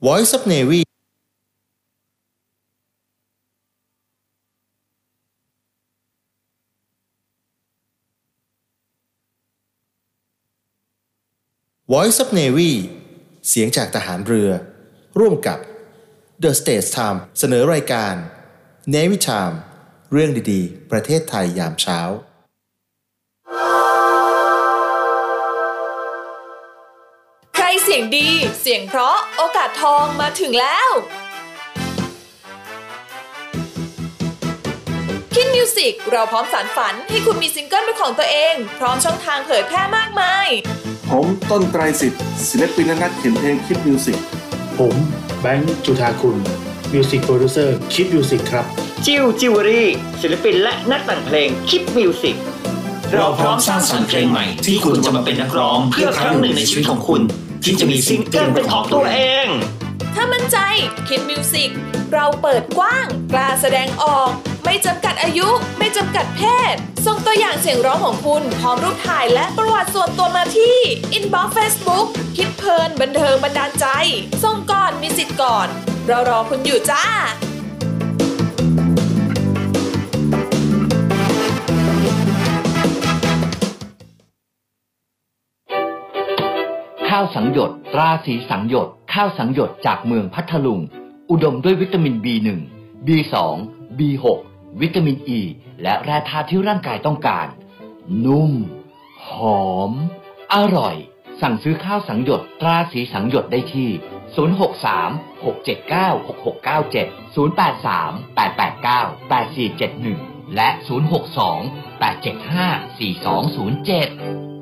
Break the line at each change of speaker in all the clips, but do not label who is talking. Voice of Navy Voice of Navy เสียงจากทหารเรือ ร่วมกับ The States Time เสนอรายการ Navy Time เรื่องดีๆ ประเทศไทยยามเช้า
ใครเสียงดีเสียงเพราะโอกาสทองมาถึงแล้ว คิดมิวสิกเราพร้อมสารฝันให้คุณมีซิงเกิลเป็นของตัวเอง พร้อมช่องทางเผยแพร่มากมาย
ผมต้นไตรสิทธิ์ศิลปินและนักเขียนเพลงคลิปมิวสิก
ผมแบงค์จุธาคุณมิวสิกโปรดิวเซอร์คิดมิวสิกครับ
จิวจิวเวลรี่ศิลปินและนักแต่งเพลงคลิปมิวสิก
เราพร้อมสร้างสรรค์เพลงใหม่ที่คุณจะมาเป็นนักร้องเพื่อครั้งหนึ่งในชีวิตของคุณ ที่จะมีซิงเกิ
เกิ
ล
ด
เป็
เป็น น
ข
ข
อ
อง ง
ตั
ตัวว
เอ
เอง ง
ถ้ามั่นใจคิดมิวสิกเราเปิดกว้าง กล้าแสดงออก ไม่จำกัดอายุ ไม่จำกัดเพศ ส่งตัวอย่างเสียงร้องของคุณ พร้อมรูปถ่ายและประวัติส่วนตัวมาที่ inbox Facebook คิดเพลินบันเทิงบันดาลใจ ส่งก่อนมีสิทธิ์ก่อน เรารอคุณอยู่จ้า
ข้าวสังหยดตราสีสังหยด ข้าวสังหยดจากเมืองพัทลุง อุดมด้วยวิตามิน B1 B2 B6 วิตามินอ e, ีและแร่ธาตุที่ร่างกายต้องการ นุ่ม หอม อร่อย สั่งซื้อข้าวสังหยดตราสีสังหยดได้ที่ 063 679 6697 083 889 8471 และ 062 875 4207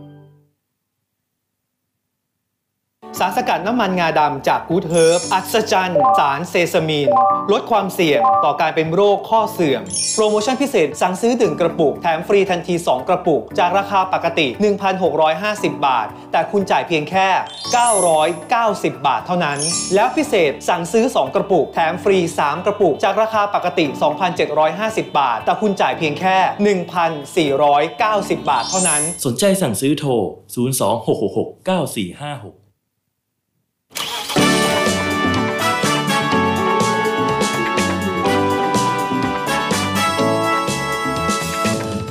สารสกัดน้ำมันงาดำจากกูดเฮิร์บอัศจรรย์ สารเซซามีน ลดความเสี่ยงต่อการเป็นโรคข้อเสื่อม โปรโมชั่นพิเศษสั่งซื้อถึงกระปุก แถมฟรีทันที 2 กระปุก จากราคาปกติ 1,650 บาท แต่คุณจ่ายเพียงแค่ 990 บาทเท่านั้น แล้วพิเศษสั่งซื้อ 2 กระปุก แถมฟรี 3 กระปุก จากราคาปกติ 2,750 บาท แต่คุณจ่ายเพียงแค่ 1,490 บาทเท่านั้น
สนใจสั่งซื้อโทร 026669456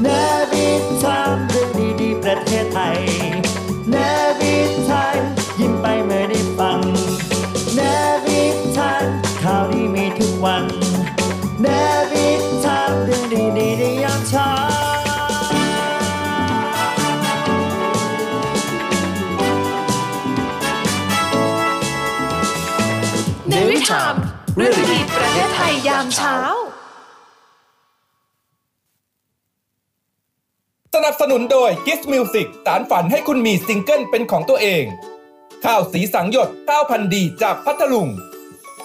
นวิทามเรื่องดีๆประเทศไทยนวิทานยิ้มไปเมื่อได้ฟังนวิทานข่าวดีมีทุกวันนวิทามเรื่องดีๆในยามเช้า
ในวิถามเรื่องดีๆประเทศไทยยามเช้า
สนับสนุนโดย Kiss Music สารฝันให้คุณมีซิงเกิลเป็นของตัวเอง ข้าวสีสังหยดข้าวพันธุ์ดีจากพัทลุง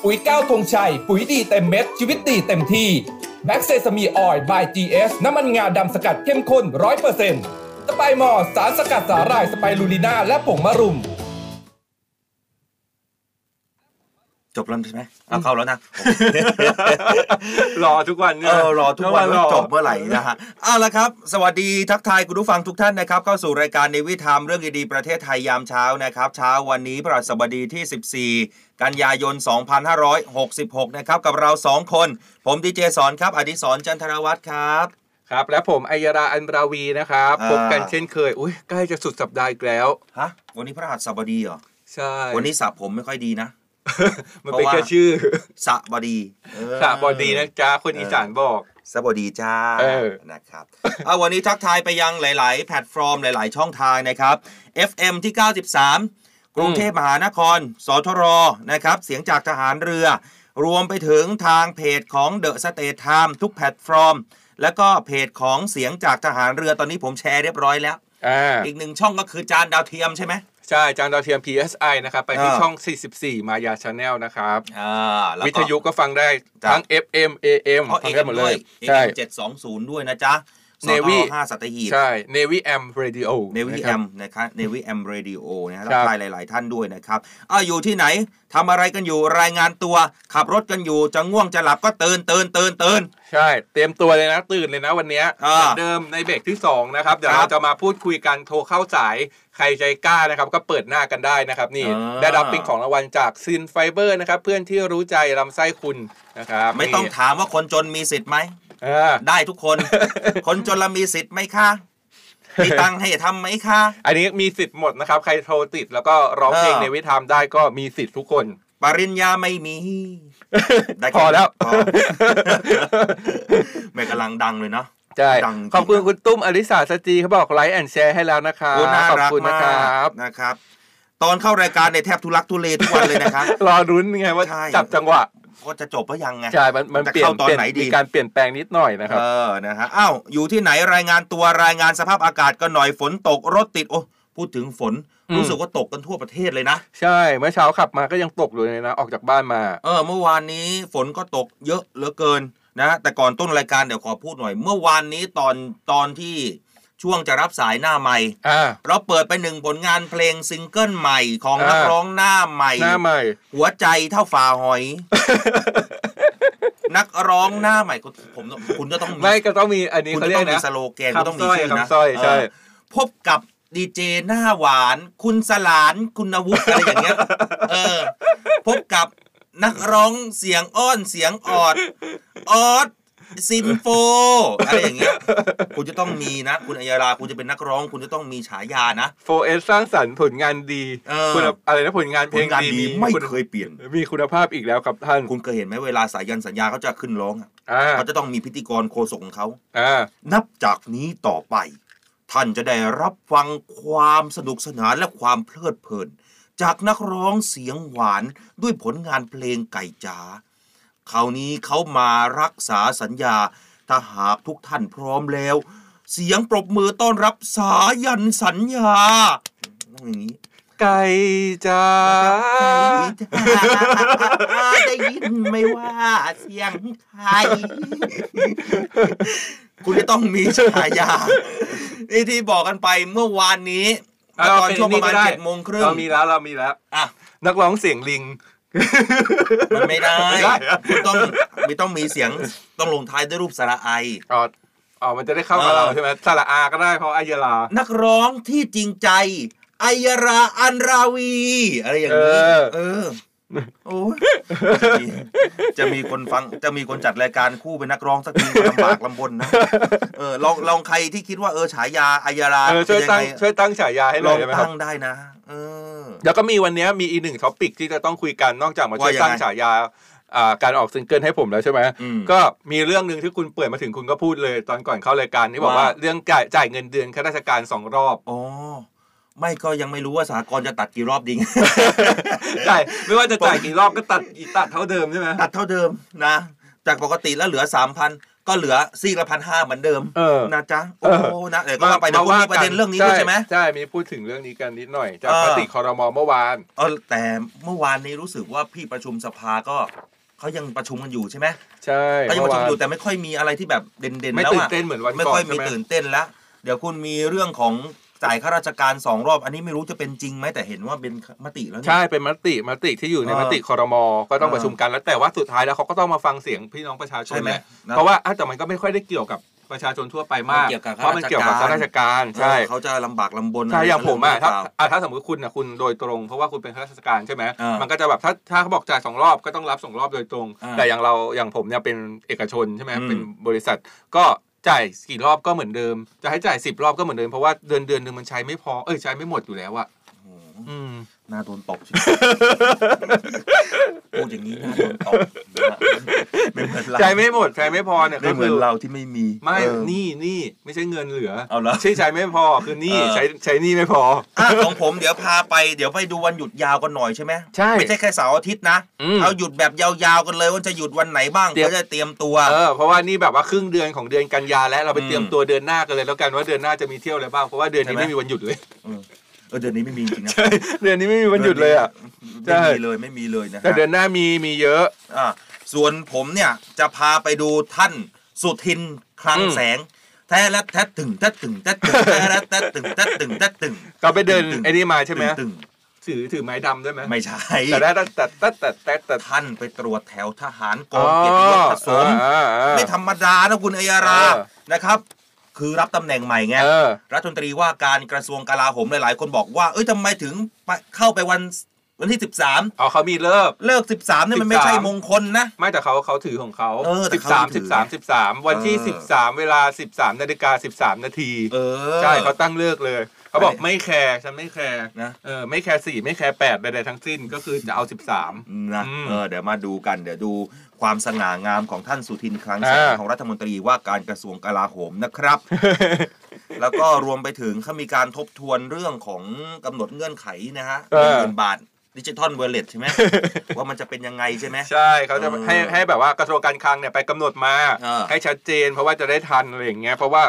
ปุ๋ยก้าวธงชัย ปุ๋ยดีเต็มเม็ด ชีวิตดีเต็มที่แบ็กเซซามีออยล์ by GS น้ำมันงาดำสกัดเข้มข้น 100%สไปมอร์สารสกัดสาหร่าย สไปรูลิน่า และผงมะรุม
จบแล้วใช่ไหมเอาเข้าแล้วนะ
รอทุกวันเนี่
เอย อรอทุกวันว่าจบเมื่อไหร่นะฮะเอาละครับ สวัสดีทักทายคุณผู้ฟังทุกท่านนะครับ เข้าสู่รายการในวิธามเรื่องดีๆประเทศไทยยามเช้านะครับ เช้าวันนี้พระสบดีที่ 14 กันยายน 2566 นะครับ กับเรา 2 คน ผมดีเจสอนครับ อดิสรจันทรวัตรครับ
ครับ และผมอัยราอันราวีนะครับ
อ่า
พบกันเช่นเคย อุ้ยใกล้จะสุดสัปดาห์อีกแล้ว
ฮะวันนี้พระหัสบดีเหรอ
ใช่
วันนี้สระผมไม่ค่อยดีนะ
มันเป็น
เพราะว่า
แค่ชื่อ
สระบดีเออ
สระบอดีนะจ๊ะคนอีสานบอก
สวัสดีจ้า
เออ
นะครับ เอาวันนี้ทักทายไปยังหลาย ๆ แพลตฟอร์มหลาย ๆ ช่องทางนะครับ FM ที่ 93 กรุงเทพมหานคร สทร นะครับ เสียงจากทหารเรือ รวมไปถึงทางเพจของ The State Time ทุกแพลตฟอร์ม แล้วก็เพจของเสียงจากทหารเรือตอนนี้ผมแชร์เรียบร้อยแล้ว
อ่า
อีกหนึ่งช่องก็คือจานดาวเทียมใช่ไหม
ใช่จานดาวเทียม PSI นะครับ ไปที่
อ่า
ช่อง 44 มายาชาแนลนะครับ
อ่าแล้
วิ
ก็
ทยุก็ฟังได้
จ้ะ
ทั้ง FM AM
เพราะ
ฟั
เอง
ได้หมดเลย
เอ็
ใช่
มเจ็ดสองศูนย์ด้วยนะจ๊ะ สอท
Navy
ห้าสัตหีบ
ใช่ Navy AM Radio
เนวิ
นะค
แอ
รับ
มนะครับเนวิแอมเรดิโอนะครั
ครับ บ
ทายหลาย ๆ ท่านด้วยนะครับอ้าวอยู่ที่ไหนทำอะไรกันอยู่รายงานตัว ขับรถกันอยู่จะง่วงจะหลับก็ตื่นตื่นตื่นตื่น
ใช่ เตรียมตัวเลยนะตื่นเลยนะวันเนี้ย
อ่า
เหมือนเดิมในเบรกที่ 2 นะครับ เดี๋ยว
ครั
เรา
บ
จะมาพูดคุยกันโทรเข้าสายใครใจกล้านะครับ ก็เปิดหน้ากันได้นะครับ นี่
อ่า
ได้รับเป็นของรางวัลจากซินไฟเบอร์นะครับ เพื่อนที่รู้ใจลำไส้คุณนะครับ
ไม่ต้อง
นี่
ถามว่าคนจนมีสิทธิ์ไหม
อ่า
ได้ทุกคน คนจนละมีสิทธิ์ไหมคะมีตังค์ให้ทำไหมคะ
อันนี้มีสิทธิ์หมดนะครับ ใครโทรติดแล้วก็ร้องเพลง
เออ
ในวิธามได้ก็มีสิทธิ์ทุกคน
ปริญญาไม่มีได้
พอแล้ว
พอแม่กำลังดังเลยเนาะ
ใช่
ดังจริง
ขอบคุณคุณตุ้มอลิสาสจีเขาบอกไลค์แอนแชร์ให้แล้วนะคะ
โอ้น่า
ขอบ
รัก
คุณ
มา
นะครับ
กนะครับ ตอนเข้ารายการในยแทบทุลักทุเลทุกวันเลยนะครับ
รอรุ้นไงว่า
ใช่
จับจังหวะ
ว่าจะจบหรือยังไง
ใช่มันมัน
จะ
เปลี่ยน
เข้าตอน
เปลี่ยน
ไหนดี
มีการเปลี่ยนแปลงนิดหน่อยนะครับ
เออ นะฮะ อ้าว อยู่ที่ไหนรายงานตัวรายงานสภาพอากาศกันหน่อยฝนตกรถติด โอ้ พูดถึงฝน
อืม
รู้สึกว่าตกกันทั่วประเทศเลยนะ
ใช่ เมื่อเช้าขับมาก็ยังตกอยู่เลยนะ ออกจากบ้านมา
เออ เมื่อวานนี้ฝนก็ตกเยอะเหลือเกินนะ แต่ก่อนต้นรายการเดี๋ยวขอพูดหน่อย เมื่อวานนี้ตอนตอนที่ช่วงจะรับสายหน้าใหม่
อ่า
เราเปิดไปหนึ่งผลงานเพลงซิงเกิลใหม่ของ
อ่านั
นักร้องหน้าใหม่
หน้าใหม่
หัวใจเท่าฝาหอย นักร้องหน้าใหม่คุณผมคุณก็ต้องมี
ไม่ก็ต้องมีอันนี้
คุณ
เขา
จะ
เรีย
ต้อง
ก
มี
นะ
สโลแกน
คำ
คุณต้องมี
สร้อย
ชื่อนะ
คำสร้อยใช่
เพบกับดีเจหน้าหวาน คุณสลานคุณวุฒิอะไรอย่างเงี้ยเออ พบกับนักร้องเสียงอ้อนเสียงออด ออดซินโฟ อะไรอย่างเงี้ย คุณจะต้องมีนะ คุณอัยยาราคุณจะเป็นนักร้อง คุณจะต้องมีฉายานะ
โฟเอสสร้างสรรค์ผลงานดี
เออ
คุณภาพอะไรนะผลงานเพ
ผ
ล
ล
ง
งาน
ดี
ดีไม่เคยเปลี่ยน
มีคุณภาพอีกแล้วครับท่าน
คุณเคยเห็นไหมเวลาสายันสัญญาเขาจะขึ้นร้องอะ
อ่า
เขาจะต้องมีพิธีกรโคศกของเขา
อ่า
นับจากนี้ต่อไป ท่านจะได้รับฟังความสนุกสนานและความเพลิดเพลิน จากนักร้องเสียงหวานด้วยผลงานเพลงไก่จ๋าคราวนี้เขามารักษาสัญญา ถ้าหากทุกท่านพร้อมแล้ว เสียงปรบมือต้อนรับสายันสัญญาต้องอย่างนี้
ไก่จ้า
ได้ยินไม่ว่าเสียงใคร คุณจะต้องมีฉายานี่ที่บอกกันไปเมื่อวานนี้ตอนช่วงประมาณเจ็ดโมงครึ่ง
เรามีแล้วเรามีแล้ว
อ่ะ
นักร้องเสียงลิง
มันไม่ได้
ไม่ได้เหรอ
คุณต้องมีต้องมีเสียงต้องลงท้ายด้วยรูปสระไอ
อ๋ออ๋อมันจะได้เข้ากับ
เออ
เราใช่ไหมสระอาก็ได้เพราะอายลา
นักร้องที่จริงใจไอยราอันราวี อะไรอย่างนี้
เออ
เออ โอ้ยจะมีคนฟังจะมีคนจัดรายการคู่เป็นนักร้องสักทีก็ลำบากลำบนนะ เออลองลองใครที่คิดว่าเออฉายาไอยรา
เออช่วยตั้ง
เป็นยัไ
ช่วยตั้งฉายาให้ห
ล
น่
อ
อ
ง
ยได้ไหมครั
ตั้
บ
งได้นะ เออ
แล้วก็มีวันเนี้ยมีอีกหนึ่งท็อปิกที่จะต้องคุยกันนอกจากมาช่วย
ว่ายังไง
ตั้งฉายาอ่าการออกซิงเกิลให้ผมแล้วใช่ไหม
อืม
ก็มีเรื่องหนึ่งที่คุณเปิดมาถึงคุณก็พูดเลย ตอนก่อนเข้ารายการที่บอก
ว่า
ว่าเรื่องจ่ายจ่ายเงินเดือนข้าราชการสองรอบ
อ๋อไม่ก็ยังไม่รู้ว่าสากลจะตัดกี่ร อบดิง
จ่ายไม่ว่าจะจ่ายกี่รอบก็ตัดอีกตัดเท่าเดิมใช่ไหม
ตัดเท่าเดิมนะ จากปกติแล้วเหลือสามพันก็เหลือซี่ละพันห้าเหมือนเดิม
เออ
นะจ๊ะ โอ้โหนะเดี๋ยวก็เราไปเดี๋ยวคุยประเด็นเรื่องนี้ด้วยใช่ไหม
ใช่ มีพูดถึงเรื่องนี้กันนิดหน่อยจาก
เออ
มติคอรมอเมื่อวาน
เออแต่เมื่อวานนี้รู้สึกว่าพี่ประชุมสภาก็เขายังประชุมกันอยู่ใช่ไหม
ใช่
เขายังประชุม
วาน
อยู่แต่ไม่ค่อยมีอะไรที่แบบเด่นๆ
ไม่
แล้ว
ตื่
อะ
นเต้นเหมือนวันก่อน
ไม่ค่อย
ใช่
มี
ไหม
ตื่นเต้นแล้วเดี๋ยวคุณมีเรื่องของจ่ายข้าราชการสองรอบ อันนี้ไม่รู้จะเป็นจริงไหมแต่เห็นว่าเป็นมติแล้วเนี่ย
ใช่ เป็นมติมติที่อยู่ใน
เออ
มติคอรมอก็ต้อง
เออ
ประชุมกันแล้วแต่ว่าสุดท้ายแล้วเขาก็ต้องมาฟังเสียงพี่น้องประชาชน
ใช่ไหม
แหละ
นะ
เพราะว่าอ่ะแต่มันก็ไม่ค่อยได้เกี่ยวกับประชาชนทั่วไปมาก
มันเกี่ยวกับ
เพราะมันเกี่ยวกับ
ข้า
ข้า
รา
รา
ช
ช
กา
การ รใช่
เออเขาจะลำบากลำบนะ
ใช่
ไร
อย่างผมอ่ะ
หรื
ถ้า
เปล่
อ่ะถ้าสมมติคุณนะคุณโดยตรง เพราะว่าคุณเป็นข้าราชการใช่ไหม
เออ
มันก็จะแบบถ้าถ้าเขาบอกจ่ายสองรอบก็ต้องรับสองรอบโดยตรง
เออ
แต่อย่างเราอย่างผมเนี่ยเป็นเอกชนใช่ไหม
อืม
เป็นบริษัทก็จ่ายกี่รอบก็เหมือนเดิม จะให้จ่ายสิบรอบก็เหมือนเดิมเพราะว่าเดือนเดือนหนึ่งมันใช้ไม่พอเอ้ยใช้ไม่หมดอยู่แล้วอะอืม
น่าโดนตบจริง พูดอย่างนี้น่าโดนตบไม่เหมือนเรา
ใช้ไม่หมดใช้ไม่พอเนี่ย
ไม่เหมือน
ก็คื
เราที่ไม่มี
ไม่
เออ
นี่นี่ไม่ใช่เงินเหลือ
เอาเหรอ
ใช่ใช้ไม่พอคือนี่
เออ
ใช้ใช้นี่ไม่พอ
อ่ะของผมเดี๋ยวพาไปเดี๋ยวไปดูวันหยุดยาวกันหน่อยใช่ไหม
ใช่
ไม่ใช่แค่เสาร์อาทิตย์นะ
อืม
เอาหยุดแบบยาวๆกันเลยว่าจะหยุดวันไหนบ้าง
เตรีย
เพื่
ม
อจะเตรียมตัว
เออเพราะว่านี่แบบว่าครึ่งเดือนของเดือนกันยาแล้วเราไป
อืม
เตรียมตัวเดือนหน้ากันเลยแล้วกันว่าเดือนหน้าจะมีเที่ยวอะไรบ้างเพราะว่าเดือน
ใช่
นี้
ไหม
ไม่มีวันหยุดเลย
เออเดือนนี้ไม่มีจริงนะ
เดือนนี้ไม่มีวันหยุดเลยอ่ะ ใช่
ไม่มีเลยไม่มีเลยนะ
แต่
ฮะ
เดือนหน้ามีมีเยอะ
อ่ะส่วนผมเนี่ยจะพาไปดูท่านสุทินคลัง
อืม
แสง แท้และแท้ตึงแท้ตึงแท้ตึงแท้และแท้ตึงแท้ตึงแท้ตึง
เราไปเดินไอ้นี่มาใช่ไหม
ตึง
ถือถือไม้ดำด้วยไหม
ไม่ใช่
แต่ได้แต่แต่แต่แต่แต่แต่
ท่านไปตรวจแถวทหารกองเกียรติยศผสม
อ๋ออ่าอ่า
ไม่ธรรมดานะคุณอัยารา
เออ
นะครับ คือรับตำแหน่งใหม่ไงรัฐมนตรีว่าการกระทรวงกลาโหมหลาย ๆ คนบอกว่า เอ้ยทำไมถึงไปเข้าไปวันวันที่ 13
อ๋อเขามีเลิก
เลิก 13เนี่ยมันไม่ใช่มงคลนะ
ไม่แต่เขาเขาถือของเขา
เออแต่
สิบ
เขา
สาม
ถือ
สิ
บ
สามสิบสามวันที่
เออ
สิบสามเวลาสิบสามนาฬิกาสิบสามนาที
เออ
ใช่เขาตั้งเลิกเลย เขาบอก
ไม่
ไม่แคร์ฉันไม่แคร์
นะ
เออไม่แคร์สี่ไม่แคร์แปดใดๆทั้งสิ้นก็คือจะเอาสิบสาม
นะ
อืม
เออเดี๋ยวมาดูกันเดี๋ยวดูความสง่างามของท่านสุทินคลังแสง
อ่า
ของรัฐมนตรีว่าการกระทรวงกลาโหมนะครับ แล้วก็รวมไปถึงเขามีการทบทวนเรื่องของกำหนดเงื่อนไขนะฮะห
เออ
นึ่งหมื่นบาทดิจิทัลเวลเลตใช่ไหม ว่ามันจะเป็นยังไงใช่ไหม
ใช่เขาจะ
เออ
ให้ให้แบบว่ากระทรวงการคลังเนี่ยไปกำหนดมา
เออ
ให้ชัดเจน เพราะว่าจะได้ทันอะไรอย่างเงี้ยเพราะว่า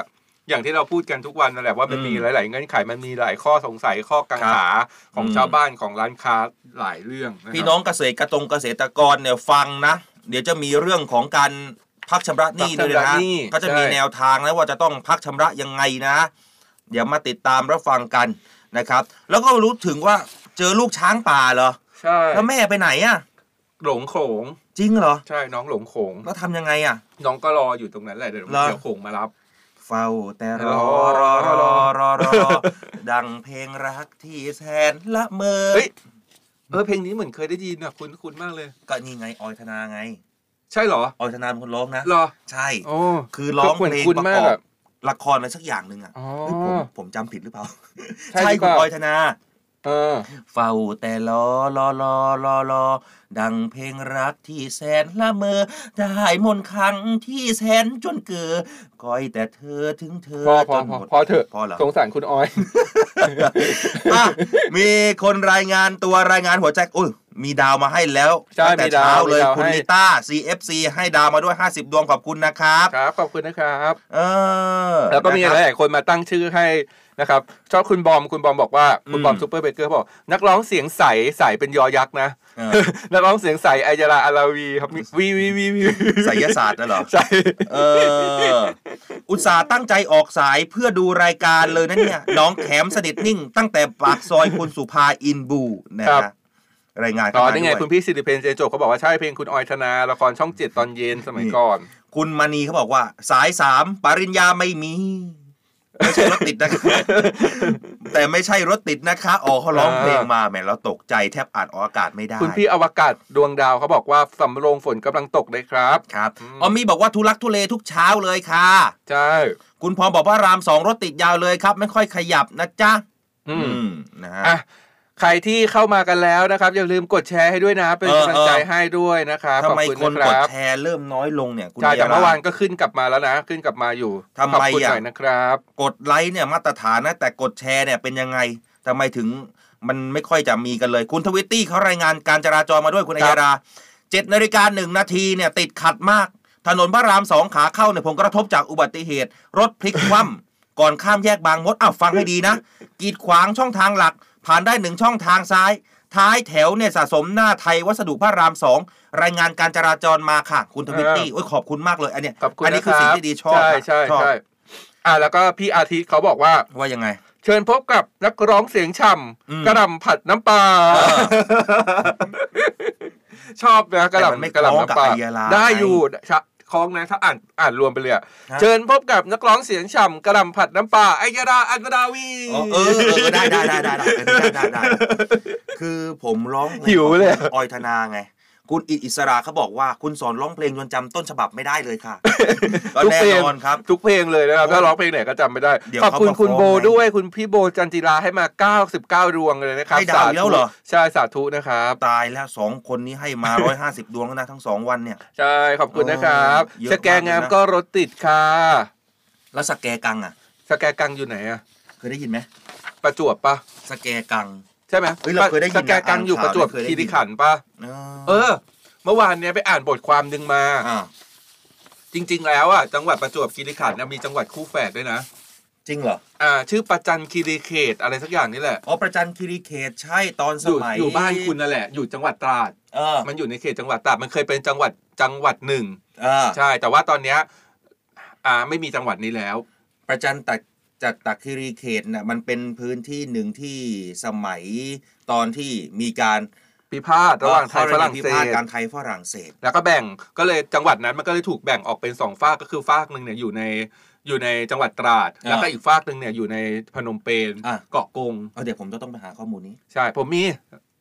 อย่างที่เราพูดกันทุกวันนั่นแหละว่ามัน
อืม
มีหลาย ๆ เงื่อนไขมันมีหลายข้อสงสัยข้อกังขาของ
อืม
ชาวบ้านของร้านค้าหลายเรื่องะครับ
พี่น้องเกษตรกระตรงเกษตรกรเนี่ยฟังนะ เดี๋ยวจะมีเรื่องของการพักชำระหนี้ด้วย
พักชำ
นะ
ระหนี้
ก็จะมี
ใช่
แนวทางแล้วว่าจะต้องพักชำระยังไงนะ เดี๋ยวมาติดตามรับฟังกันนะครับ แล้วก็รู้ถึงว่าเจอลูกช้างป่าเหรอ
ใช่
แล้วแม่ไปไหนอะ
หลงโขง
จริงเหรอ
ใช่น้องหลงโขง
แล้วทำยังไงอะ
น้องก็รออยู่ตรงนั้นแหละเดี๋ยว
เหรอ
เดี๋ยวโขงมารับ
เฝ้าแต่รอร
ร
อ
อ
ร
รอรอ
อรอรอดังเพลงรักที่แสนละเมอ
เฮ้ยเออเพลงนี้เหมือนเคยได้ยินอ่ะคุ้นคุ้นมากเลย
ก็นี่ไงออยธนาไง
ใช่เหรอ
ออยธนาเป็นคนร้องนะ
เหรอ
ใช่
โอ้
คือร้อง
หมืน
เพลง
คุ้น
ประ
มาก ก
อบ
อะ
ละครอะไรสักอย่างหนึ่งอ่ะ
อ๋อ
เฮ้ยผมผมจำผิดหรือเปล่า
ใช่หรือ
คุณ
เปล่า
ออยธนา
เออ
เฝ้าแต่รอรอรอรอรอดังเพลงรักที่แสนละเมอได้มนต์ครั้งที่แสนจนเกลือคอยแต่เธอถึงเธอ
พอ
จ
พอน พ
ห
อ
มด
พอเถอะ
พอเหรอ
สงสารคุณออย
อ่ะมีคนรายงานตัวรายงานหัวใจอุ้ยมีดาวมาให้แล้ว
ใช่
ตั้งแต่
มีดาว
เช้าเลย
มีดาว
คุณ
ให้
ลิต้า CFC ให้ดาวมาด้วย 50 ดวงขอบคุณนะครับ
ครับขอบคุณนะครับ
เออ
แล้วก็มี
นะครับ
หลายๆคนมาตั้งชื่อให้นะครับชอบคุณบอมคุณบอมบอกว่าคุณบอม
อืม
ซูเปอร์เบเกอร์บอก นักร้องเสียงใสใสเป็นยอยักษ์นะ
เออ
นักร้องเสียงใสไอจาราอาราวีครับมีวีวีวีวี
ไสยศาสตร์น่ะเหรอ
ใช่
เออ อุตส่าห์ตั้งใจออกสายเพื่อดูรายการเลยนะเนี่ย น้องแขมสนิทนิ่ง ตั้งแต่ปากซอยคุณสุภาอินบูนะฮะรายงานเข้า
ต่อ
มา
นี่ไง
ด้วย
คุณพี่สิริเพนเจนจบเขาบอกว่าใช่เพลงคุณออยธนาละครช่องเจ็ดตอนเย็นสมัยก่อน
คุณมณีเขาบอกว่า สายสามปริญญาไม่มี ไม่ใช่รถติดนะคะ แต่ไม่ใช่รถติดนะคะอ๋อเขาร้องเพลงมาแหมเราตกใจแทบอ่านออกอากาศไม่ได้
คุณพี่อวกาศดวงดาวเขาบอกว่าสำโรงฝนกำลังตกเลยครับ
ครับออมมี่บอกว่าทุลักทุเลทุกเช้าเลยค่ะ
ใช่
คุณพรบอกว่ารามสองรถติดยาวเลยครับ ไม่ค่อยขยับนะจ๊ะ
อืม
อืมนะฮะ
อ่ะใครที่เข้ามากันแล้วนะครับ อย่าลืมกดแชร์ให้ด้วยนะ เป็
เออก
นำลังใจ
เออ
ให้ด้วยนะครับ
ทำไม
ขอบ
ค
ณ
น
นะ
กด
รับ
แชร์เริ่มน้อยลงเนี่ยคุณ
ใช่
ยา
แต่
รา
เมื่อวานก็ขึ้นกลับมาแล้วนะ ขึ้นกลับมาอยู่
ทำไม
ขอบคุณ
อ่ะ
หน่อยนะครับ
กดไลค์เนี่ยมาตรฐานนะแต่กดแชร์เนี่ยเป็นยังไงทำไมถึงมันไม่ค่อยจะมีกันเลย คุณทวิตตี้เขารายงานการจราจรมาด้วยคุณ
ครั
อั
บ
ยาราเจ็ดนาฬิกาหนึ่งนาทีเนี่ยติดขัดมาก ถนนพระรามสองขาเข้าเนี่ยผลกระทบจากอุบัติเหตุ รถพลิกคว่ำ ก่อนข้ามแยกบางมดอ้าวฟังให้ดีนะ กีดขวางช่องทางหลัก ผ่านได้หนึ่งช่องทางซ้าย ท้ายแถวเนี่ยสะสมหน้าไทยวัสดุพระรามสองรายงานการจราจรมาค่ะ คุณทวิตตี้โอ้ยขอบคุณมากเลยอันเนี้ย
ขอบคุณ
อันนี้คือสิ่งที่ดีชอบ
ใช่
นะ
ใช่
อบ
ใช่อ่ะแล้วก็พี่อาทิตย์เขาบอกว่า
ว่ายังไง
เชิญพบกับนักร้องเสียง
อ
ฉ่
ืม
ำกระหลำผัดน้ำปลา
เออ
ชอบนะกระห
แต่มันไม่
ลำกระห
คล้อง
ลำ
กับ
น้ำปลา
ไอยาลา
ได้
ไง
อยู่ชะคล้องนะถ้าอ่านอ่านรวมไปเลยอะ
ฮะ
เชิญพบกับนักร้องเสียงฉ่ำกระหลำผัดน้ำปลาไอยาดาอันวราวี
อ๋อเออเออได้ได้ได้ได้ได้ได้ได้ได้คือผมร้องเพลง
หิวเลยอะ
ออยธนาไง คุณอิอิสราเขาบอกว่าคุณสอนร้องเพลงจนจำต้นฉบับไม่ได้เลยค่ะ ก็แน่นอนครับ
ทุกเพลงเลยนะครับ
โอ้
ถ้าร้องเพลงไหนก็จำไม่ได้
เดี๋ยว
ขอบคุณ
เขามา
คุณ
ฟ้อง
โบ
ไหม
ด้วยคุณพี่โบจันจิราให้มา 99 ดวงเลยนะครับ
ให้ดาวเยอะเหรอ
ใช่สาธุนะครับ
ตายแล้วสองคนนี้ให้มาร้อยห้าสิบดวงแล้วนะทั้งสองวันเนี่ย
ใช่ขอบคุณนะครับ
เออเยอะ
สแกงงาม
มากเลยนะ
ก็รถติดค่ะ
แล้วสแกกังอ่ะ
สแกกังอยู่ไหนอะ
เคยได้ยินไหม
ประจวบปะ
สแกกัง
ใช่ไหม
เอ้ยเราเคยได้ยินนะ
สแกกังอยู่
อ่าน
ป
ข่าว
ระจวบ
เคยได้ยิน
คีรีขันธ์ปะ
เอ
เออ เมื่อวานเนี้ยไปอ่านบทความหนึ่งมา
อ่า
จริง ๆ แล้วอ่ะจังหวัดประจวบคีรีขันธ์นะมีจังหวัดคู่แฝดด้วยนะ
จริงเหรอ
อ่า ชื่อประจันคีรีเขตอะไรสักอย่างนี่แหละ
อ๋อประจันคีรีเขตใช่ตอนส
อยู่
มัย
อยู่บ้านคุณนั่นแหละ อยู่จังหวัดตราด
เออ
มันอยู่ในเขตจังหวัดตราดมันเคยเป็นจังหวัดจังหวัดหนึ่ง
เออ
ใช่ แต่ว่าตอนเนี้ยอ่าไม่มีจังหวัดนี้แล้ว
ประจันตักจัตักคีรีเขตน่ะมันเป็นพื้นที่หนึ่งที่สมัยตอนที่มีการ
พิพาทระหว่างไทยฝรั่งเศส
พิพาทการไทยฝรั่งเศส
แล้วก็แบ่งก็เลยจังหวัดนั้นมันก็เลยถูกแบ่งออกเป็นสองฝากก็คือฝากหนึ่งเนี่ยอยู่ในอยู่ในจังหวัดตราด
อ่า
แล้วก็อีกฝากหนึ่งเนี่ยอยู่ในพนมเปญ
อ่ะ
เกาะกง
เอาเดี๋ยวผมจะต้องไปหาข้อมูลนี้
ใช่ผมมี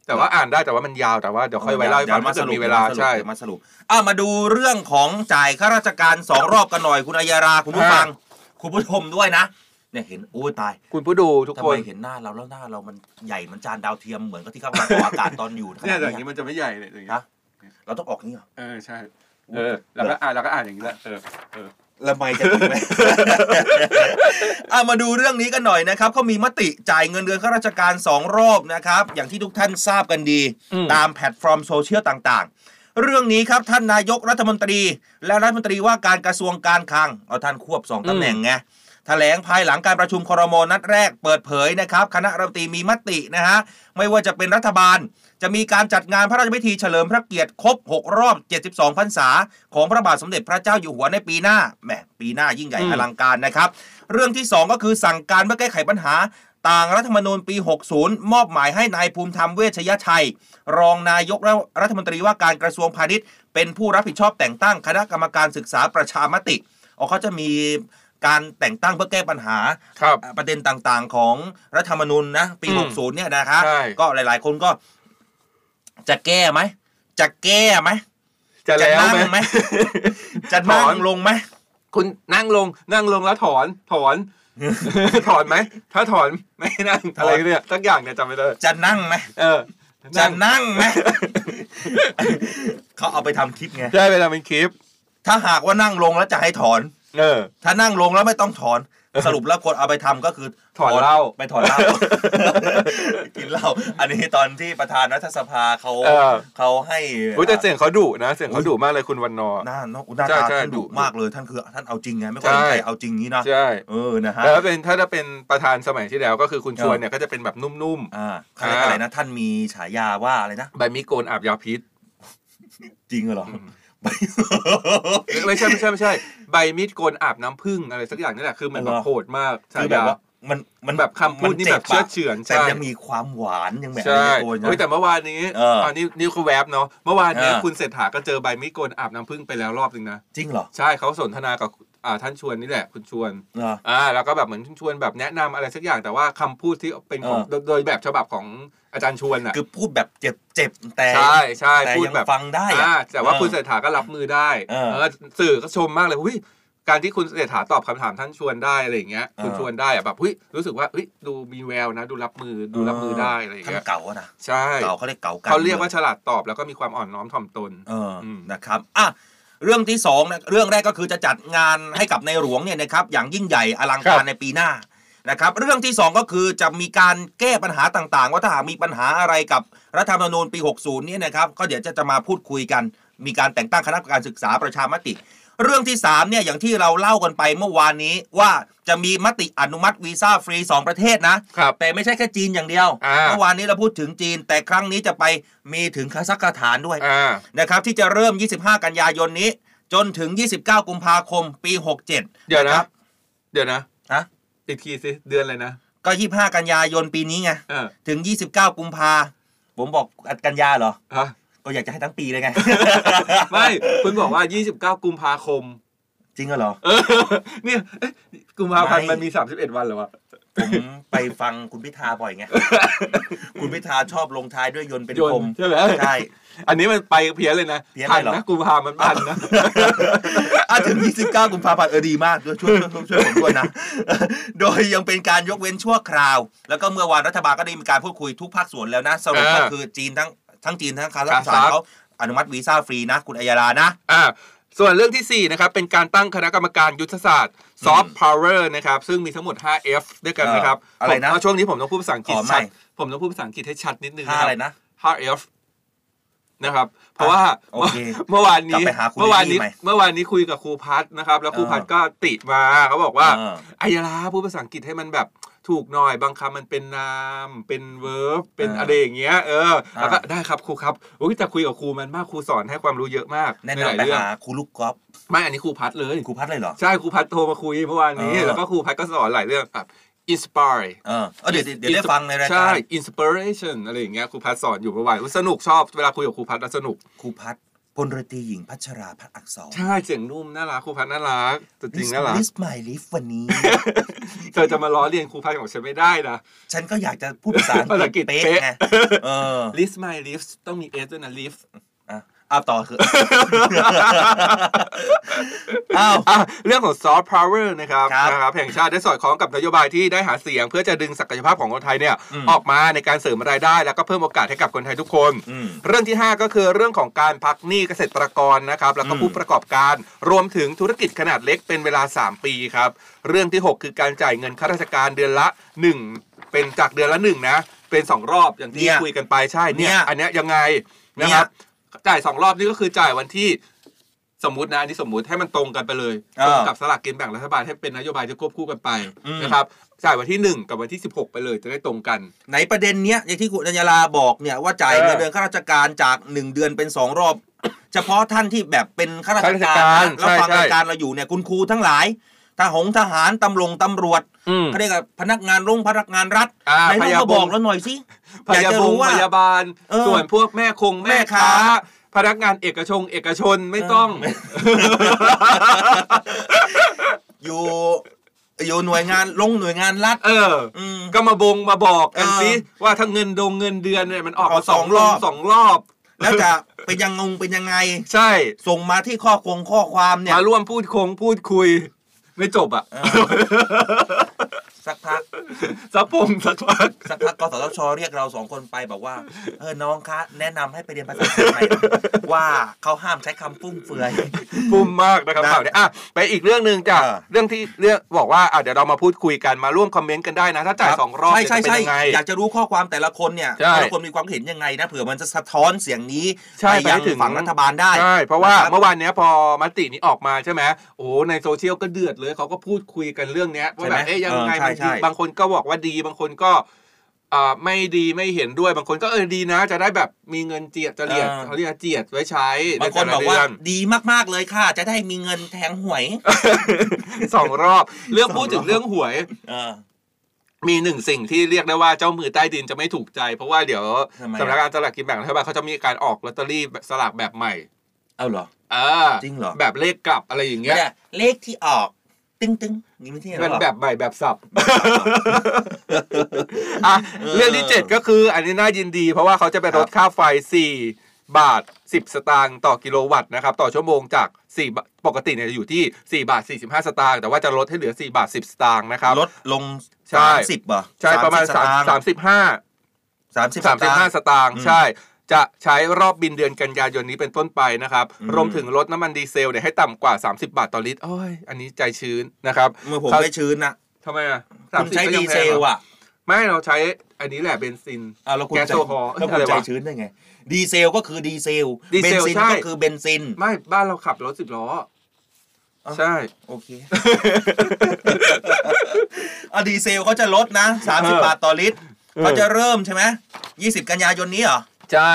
แต่ว่าอ่านได้แต่ว่ามันยาวแต่ว่าเดี๋ยวค่อยไว้เล่าให้ฟังถ้าเกิดมีเวลาใช่
ดี๋ยมาสรุปอ่ะมาดูเรื่องของจ่ายข้าราชการสองรอบกันหน่อยคุณอัยราคุณผู้ฟัง คุณผู้ชมด้วยนะ เนี่ยเห็นโอ้ยตาย
คุณผู้ดูทุก
ทำ
คน
ไมเห็นหน้าเราแล้วหน้าเรามันใหญ่เหมือนจานดาวเทียมเหมือนกับที่เขาวางออกอากาศตอนอยู่ข
เนี่
ณะ
ยแต่อย่างนี้มันจะไม่ใหญ่เลยอย่างนี้
ะ เราต้องออกนี่เหรอ
เออใช่เออแล้วก็อ่านแล้วก็อ่านอย่างนี้แหละเออเออ
ละไมจะถูกไหม เอามาดูเรื่องนี้กันหน่อยนะครับเขามีมติจ่ายเงินเดือนข้าราชการ 2 รอบนะครับ อย่างที่ทุกท่านทราบกันดี
อืม
ตามแพลตฟอร์มโซเชียลต่างๆ เรื่องนี้ครับท่านนายกรัฐมนตรี และรัฐมนตรีว่าการกระทรวงการคลังเอาท่านควบสองตำแหน่งไงแถลงภายหลังการประชุมครมนัดแรกเปิดเผยนะครับ คณะรัฐมนตรีมีมตินะฮะไม่ว่าจะเป็นรัฐบาล จะมีการจัดงานพระราชพิธีเฉลิมพระเกียรติครบ 6 รอบ 72 พรรษา ของพระบาทสมเด็จพระเจ้าอยู่หัวในปีหน้า แหม ปีหน้ายิ่งใหญ่
อืม
อลังการนะครับ เรื่องที่ 2 ก็คือสั่งการเพื่อแก้ไขปัญหา ต่างรัฐธรรมนูญปี 60 มอบหมายให้นายภูมิธรรมเวชยชัย รองนายกและรัฐมนตรีว่าการกระทรวงพาณิชย์ เป็นผู้รับผิดชอบแต่งตั้งคณะกรรมการศึกษาประชามติอ๋อเขาจะมีการแต่งตั้งเพื่อแก้ปัญหา
ครับ
อ่ะประเด็นต่างๆของรัฐธรรมนูญนะ ปี
อืม
60 เนี่ยนะครับ
ใช่
ก็หลายๆ คนก็จะแก้ไหม จะแก้ไหม
จะแล้ว
นั่ง
ไห
ไห
ม
ม จะนั่
ถอง น
ลงไหม
คุณนั่งลงนั่งลงแล้วถอนถ อน ถอนไหม ถ้าถอนไม่นั่งอะไรเนี่ยสักอย่างเนี่ยจำไม่ได้
จะนั่งไหม
เออ
จะ
นั่ง
นั่ง ไหม เขาเอาไปทำคลิปไง
ใช่ไปทำเป็นคลิป
ถ้าหากว่านั่งลงแล้วจะให้ถอน
เออ
ถ้านั่งลงแล้วไม่ต้องถอน สรุปแล้วคนเอาไปทำก็คือ
ถอนเหล้า
ไปถอนเหล้า กินเหล้าอันนี้ตอนที่ประธานรัฐสภาเขา
เออ
เขาให้
อุ๊ยแต่เสียงเขาดุนะเสียงเขาดุมากเลยคุณวันนอ
หน้าเนอะอุ๊ยหน้า
ใช่
ตา
ใช่
ท่านดุ
ดุ
มากเลยท่านคือท่านเอาจริงไงไม่ค่อยมี
ใช่
ใครเอาจริงนี้นะ
ใช่
เออนะฮะ
แต่ถ้าเป็นถ้าจะเป็นประธานสมัยที่แล้วก็คือคุณชว
เอ
น
อ
เนี่ยก็จะเป็นแบบนุ่ม
อ่า
อ่า
อะไรนะท่านมีฉายาว่าอะไรนะ
ๆใบมีดโกนอาบยาพิษ
จริงเหรอ
อืม ไม่ใช่ไม่ใช่ไม่ใช่ ใบมีดโกนอาบน้ำผึ้งอะไรสักอย่างนี่แหละคือเหมือนแบ
เห
บ
รอ
โหดมาก ใช่
คือ
แบ
แบบ
บ
ว่ามันมัน
แบบคำพูดนี่แบบ
มั
เชื่อ
จ็ะ
เฉือน
แต่
ใช่
ยังมีความหวานยังแบบ
ใช่
โกนนะ
เฮ้ยแต่เมื่อวานนี้
เอออ่
นนี้นี่คือแวบเนาะ เมื่อวานนี้
เออ
คุณเศรษฐาก็เจอใบมีดโกนอาบน้ำผึ้งไปแล้วรอบหนึ่งนะ
จริงเหรอ
ใช่เขาสนทนากับอ่าท่านชวนนี่แหละ คุณชวน
เหรอ
อ่า แล้วก็แบบเหมือนชวนแบบแนะนำอะไรสักอย่างแต่ว่าคำพูดที่เป็นของ
เออ
โดยแบบฉบับของอาจารย์ชวนอ่ะ
คือพูดแบบเจ็บเจ็บๆแต่
ใช่ใช่
แต่
พูด
ยัง
แบบ
ฟังได้อะ
อ่าแต่ว่า
เออ
คุณเศรษฐาก็รับมือได้
เออ
เออสื่อก็ชมมากเลยหุ้ยการที่คุณเศรษฐาตอบคำถามท่านชวนได้อะไรอย่างเงี้ย
เออ
คุณชวนได้อะแบบหุ้ยรู้สึกว่าเฮ้ยดูมีแววนะ ดูรับมือดูรับมือได้อะไรอย่าง
ท่าน
เงี้ย
เก่าอะนะ
ใช่
เก่าเขาเรียกเก่ากัน
เขาเรียกว่าฉลาดตอบแล้วก็มีความอ่อนน้อมถ่อมตน
เอออ
ม
นะครับอ่ะเรื่องที่สองนะเรื่องแรกก็คือจะจัดงานให้กับในหลวงเนี่ยนะครับ อย่างยิ่งใหญ่อลังการในปีหน้านะครับ เรื่องที่สองก็คือจะมีการแก้ปัญหาต่างๆ ว่าถ้าหากมีปัญหาอะไรกับรัฐธรรมนูญปี 60เนี่ยนะครับ ก็เดี๋ยวจะจะมาพูดคุยกัน มีการแต่งตั้งคณะกรรมการศึกษาประชามติ เรื่องที่สามเนี่ยอย่างที่เราเล่ากันไปเมื่อวานนี้ว่าจะมีมติอนุมัติวีซ่าฟรีสองประเทศนะ
ครับ
แต่ไม่ใช่แค่จีนอย่างเดียว
อ่า
เมื่อวานนี้เราพูดถึงจีน แต่ครั้งนี้จะไปมีถึงคาซัคสถานด้วย
อ่า
นะครับที่จะเริ่ม 25 กันยายนนี้ จนถึง 29 กุมภาคม ปี 67
เดี๋ยวนะ
ครับ
เดี๋ยวนะ
ฮะ
อีกทีสิเดือนอะไรนะ
ก็ 25 กันยายนปีนี้ไง
เออ
ถึง 29 กุมภาผมบอกกันยาเหรอ
ฮะ
ก็อยากจะให้ทั้งปีเลยไง
ไม่คุณบอกว่า 29 กุมภาคม
จริงเหรอ
เออ เนี่ยเอ๊ะกุมภาพันธ์
ไม่
มันมี 31 วันเหรอวะ
ผมไปฟังคุณพิธาบ่อยไง คุณพิธาชอบลงท้ายด้วยยนต์เป็น
ยน
ค
ต์
ม
ใช่ไหม
ใช่
อันนี้มันไปเพี้ยนเลยนะ
เพี้ยน
ทั
เลยเหรอ
นะกุมภามันพันนะ
อ่ะถึง 29 กุมภาพันธ์เออดีมากด้วยช่วยช่วยช่วยผมด้วยนะ โดยยังเป็นการยกเว้นชั่วคราว แล้วก็เมื่อวานรัฐบาลก็ได้มีการพูดคุยทุกภาคส่วนแล้วนะ สรุปก็
อ่า
คือจีนทั้งทั้งจีนทั้งคาซัคส
ค
ถา
รั
น
บ
เขาอนุมัติวีซ่าฟรีนะ คุณอัยรานะ
อ่าส่วนเรื่องที่ 4 นะครับ เป็นการตั้งคณะกรรมการยุทธศาสตร์ซอฟต์พาวเวอร์นะครับ ซึ่งมีทั้งหมด 5F ด้วยกันนะครับ
เอออะไรนะ
ผมเาช่วงนี้ผมต้องพูดภาษาอังกฤษ
ขอใหม่
ชัดผมต้องพูดภาษาอังกฤษให้ชัดนิดนึง
ค่า
คบ
อะไรนะ
5F นะครับ เพราะว่า
โอเค
เมื่อวาน
กลั
นี้
บไปหาครู
เมื่อวานนี้
ลิลลี่ใหม่
เมื่อวานนี้คุยกับครูพัฒนะครับ แล้วครูพัฒ
เออ
ก็ติมาเขาบอกว่า
เออ
ไอายาลาพูดภาษาอังกฤษให้มันแบบ ถูกหน่อยบางคำมันเป็นนามเป็นเวิร์บเป็น
อ่า
อะไรอย่างเงี้ยเออแล้วก็
อ่า
ได้ครับครูครับอุ้ยแต่คุยกับครูมันมากครูสอนให้ความรู้เยอะมาก
แนะ
ใหลย
นำไป
เรื่อง
หาครูลูกกอล์ฟ
ไม่อันนี้ครูพัดเลย
ครูพัดเลยเหรอ
ใช่ครูพัดโทรมาคุยเมื่อวานนี้
เออ
แล้วก็ครูพัดก็สอนหลายเรื่องครับ inspire
เออเออเดี๋ยวเดี๋ยวได้ฟังในรายการ
ใช่ inspiration อะไรอย่างเงี้ยครูพัดสอนอยู่เมื่อวานอุ๊ยสนุกชอบเวลาคุยกับครูพัดแล้วสนุก
ครูพัดพลเรือตรีหญิงพัชราพัดอักษร
ใช่เสียงนุ่มน่ารักครูพัดน่ารักตัวจริงน่ารัก
This my life วัน นี้
เธอจะมาล้อเลียนครูพัดของฉันไม่ได้นะ
ฉันก็อยากจะพูดภาษา
ภาษา
อั
อั
ง
ง
ก
ก
ฤษ
ฤษ
เป๊ะ
เป๊ะ
ไงเออ
list my list ต้องมี s ด้วยนะ list
อ่ะอ้าวต่อคือ อ้าว
อ่ะเรื่องของ soft power นะครับ
ครับ
นะครับแห่งชาติได้สอดคล้องกับนโยบายที่ได้หาเสียง เพื่อจะดึงศักยภาพของคนไทยเนี่ย
อืม
ออกมาในการเสริมรายได้ แล้วก็เพิ่มโอกาสให้กับคนไทยทุกคน
อืม
เรื่องที่ 5 ก็คือเรื่องของการพักหนี้เกษตรกรนะครับ แล้วก็
อืม
ผู้ประกอบการ รวมถึงธุรกิจขนาดเล็กเป็นเวลา 3 ปีครับ เรื่องที่ 6 คือการจ่ายเงินข้าราชการเดือนละ 1 เป็นจากเดือนละ 1 นะ เป็น 2 รอบอย่างที่
เนี่ย
คุยกันไปใช่เนี่ย
เนี่ย
อันเนี้ยยังไงนะครับจ่าย 2 รอบนี่ก็คือจ่ายวันที่สมมตินะอันนี่สมมติให้มันตรงกันไปเลย
อ่า
ตรงกับสลากกินแบ่งรัฐบาลให้เป็นนโยบายที่ควบคู่กันไป
อืม
นะครับจ่ายวันทีหนึ่งกับวันที่ 16 ไปเลยจะได้ตรงกัน
ไหนประเด็นเนี้ยอย่างที่คุณอัญญาลาบอกเนี่ยว่าจ่ายเงิน
เออ
เดือนข้าราชการจาก 1 เดือนเป็น 2 รอบ เฉพาะท่านที่แบบ เป็นข้าราชกา
ข้ารา
รแล้ว
ชการ
ฟัง
ใช่ใช่
รายการเราอยู่เนี่ยคุณครูทั้งหลายทหงทหารตำรงตำรวจ
อืม
เขาเรียกว่าพนักงานโรงพนักงานรัฐ
อ่า
ไหนลองมาย
พา
บบ อง กเราหน่อยสิ
พ
อยาก
ยา
จะ
บง
รู้ว่า
พยาบาล
เออ
ส่วนพวกแม่คง
แม่
แม่
ค้า
ค้า พนักงานเอกชงเอกชนไม่ต้อง
อยู่อยู่หน่วยงานลงหน่วยงานรัฐ
เออ
อืม
ก็มาบงมาบอกกัน
เออ
สิว่าถ้าเงินดงเงินเดือนเนี่ยมันออก
ออ
มาก สอ
สอ
ง
งร
ร
อ
อบ บสองรอบ
แล้วจะเป็นยังงงเป็นยังไง
ใช่
ส่งมาที่ข้อคงข้อความเนี่ย
มาร่วมพูดคงพูดคุย ไม่จบอ่ะ
เอ สักพัก
สักปมสักพัก
สักพักกสทชเรียกเราสองคนไปบอก ว่า เออน้องคะ แนะนำให้ไปเรียนภาษาไทยหน่อย ว่าเขาห้ามใช้คำฟุ่มเฟือย
ปุ่มมากนะครับ
นะ
ข่าวเนี่ยอ่ะไปอีกเรื่องหนึ่งจ้ะ
เออ
เรื่องที่เรื่องบอกว่าอ่ะเดี๋ยวเรามาพูดคุยกันมาร่วมคอมเมนต์กันได้นะ ถ้า จ่ายสองรอบ
ใช่ใช่
เนี่ยจะเป็
ใช่
นยังไง
อยากจะรู้ข้อความแต่ละคนเนี่ย
ใช่
แต่ละคนมีความเห็นยังไงนะเผื่อมันจะสะท้อนเสียงนี้
ใช่
ไปยัง
ไปถึง
ฝั่งรัฐบาลได้
ใช่เพราะว่า
คบ
เมื่อวานเนี้ยพอมตินี้ออกมาใช่ไหมโอ้โหในโซเชียลก็เดือดเลยเขาก็พูดคุยกันเรื่องเนี้ยว่าแบ
ใช่
บ
ไหม
เอ๊ยยังไง
เออใช่
มัน
ใช่
ดีบางคนก็บอกว่าดีบางคนก็อ่าไม่ดีไม่เห็นด้วยบางคนก็เออดีนะ จะได้แบบมีเงินเจียดจะเรียดเขาเรียกว่าเจียดไว้ใช้
บางคน
ใแต่ละ
บอกว่า
เดืน
ดีมากๆเลยค่ะ จะได้มีเงินแทงหวย
สองรอบเรื่อง
สองรอบ
พูดถึงเรื่องหวย
เออ
มีหนึ่งสิ่งที่เรียกได้ว่าเจ้ามือใต้ดินจะไม่ถูกใจ เพราะว่าเดี๋ยว
ทำไมอะ
สำนักงานสลากกินแบ่งรัฐบาลเขาจะมีการออกลอตเตอรี่แบบสลากแบบใหม่
เอาเหรอ
เออ
จริงเหรอ
แบบเลขกลับอะไรอย่างเงี้
ไม่
ย
ได้เลขที่ออก ตึ้งตึ้งนี่ไม่ใช่หร
เป็น
อ
แบบใหม่แบบ สับ อ่ะเรื่องที่ 7 ก็คือ อันนี้น่ายินดี เพราะว่าเขาจะไปลดค่าไฟ 4 บาท 10 สตางค์ต่อกิโลวัตต์นะครับ ต่อชั่วโมงจาก4บาทปกติเนี่ยจะอยู่ที่ 4 บาท 45 สตางค์แต่ว่าจะลดให้เหลือ 4 บาท 10 สตางค์นะครับ
ลดลง
ใช่
สามสิบเหรอ
ใช่ประมาณ
สาม
3 35
สามสิบ
สามสิบห้า
สตงค์
สตางค์
อืม
ใช่ จะใช้รอบบินเดือนกันยายนนี้เป็นต้นไปนะครับ
อืม
รวมถึงลดน้ำมันดีเซลเนี่ยให้ต่ำกว่า 30 บาทต่อลิตรโอ้ยอันนี้ใจชื้นนะครับ
เมื่อผม
เขา
ไม่ชื้นนะ
ทำไมอ่ะ
คุณ
30
ใช้
ก็ยั
ดี
งแพง
เซล
หร
อ่ะ
ไม่เราใช้อันนี้แหละเบนซิน
อ่ะแล้วคุณ
แก๊ส
ใจ
โซฮอล์
แล้วคุณ
อะไรวะ
ใจชื้นได้ไง ดีเซลก็คือดีเซล
ดี
เบ
เซ
น
ล
ซิน
ใช่
ก็คือเบนซิน
ไม่บ้านเราขับรถสิบล้ออ
อ
ใช่
โอเคอ่ะดีเซลเขาจะลดนะ30 บาทต่อลิตรเขาจะเริ่มใช่ไหม20 กันยายนนี้เหรอ
ใช่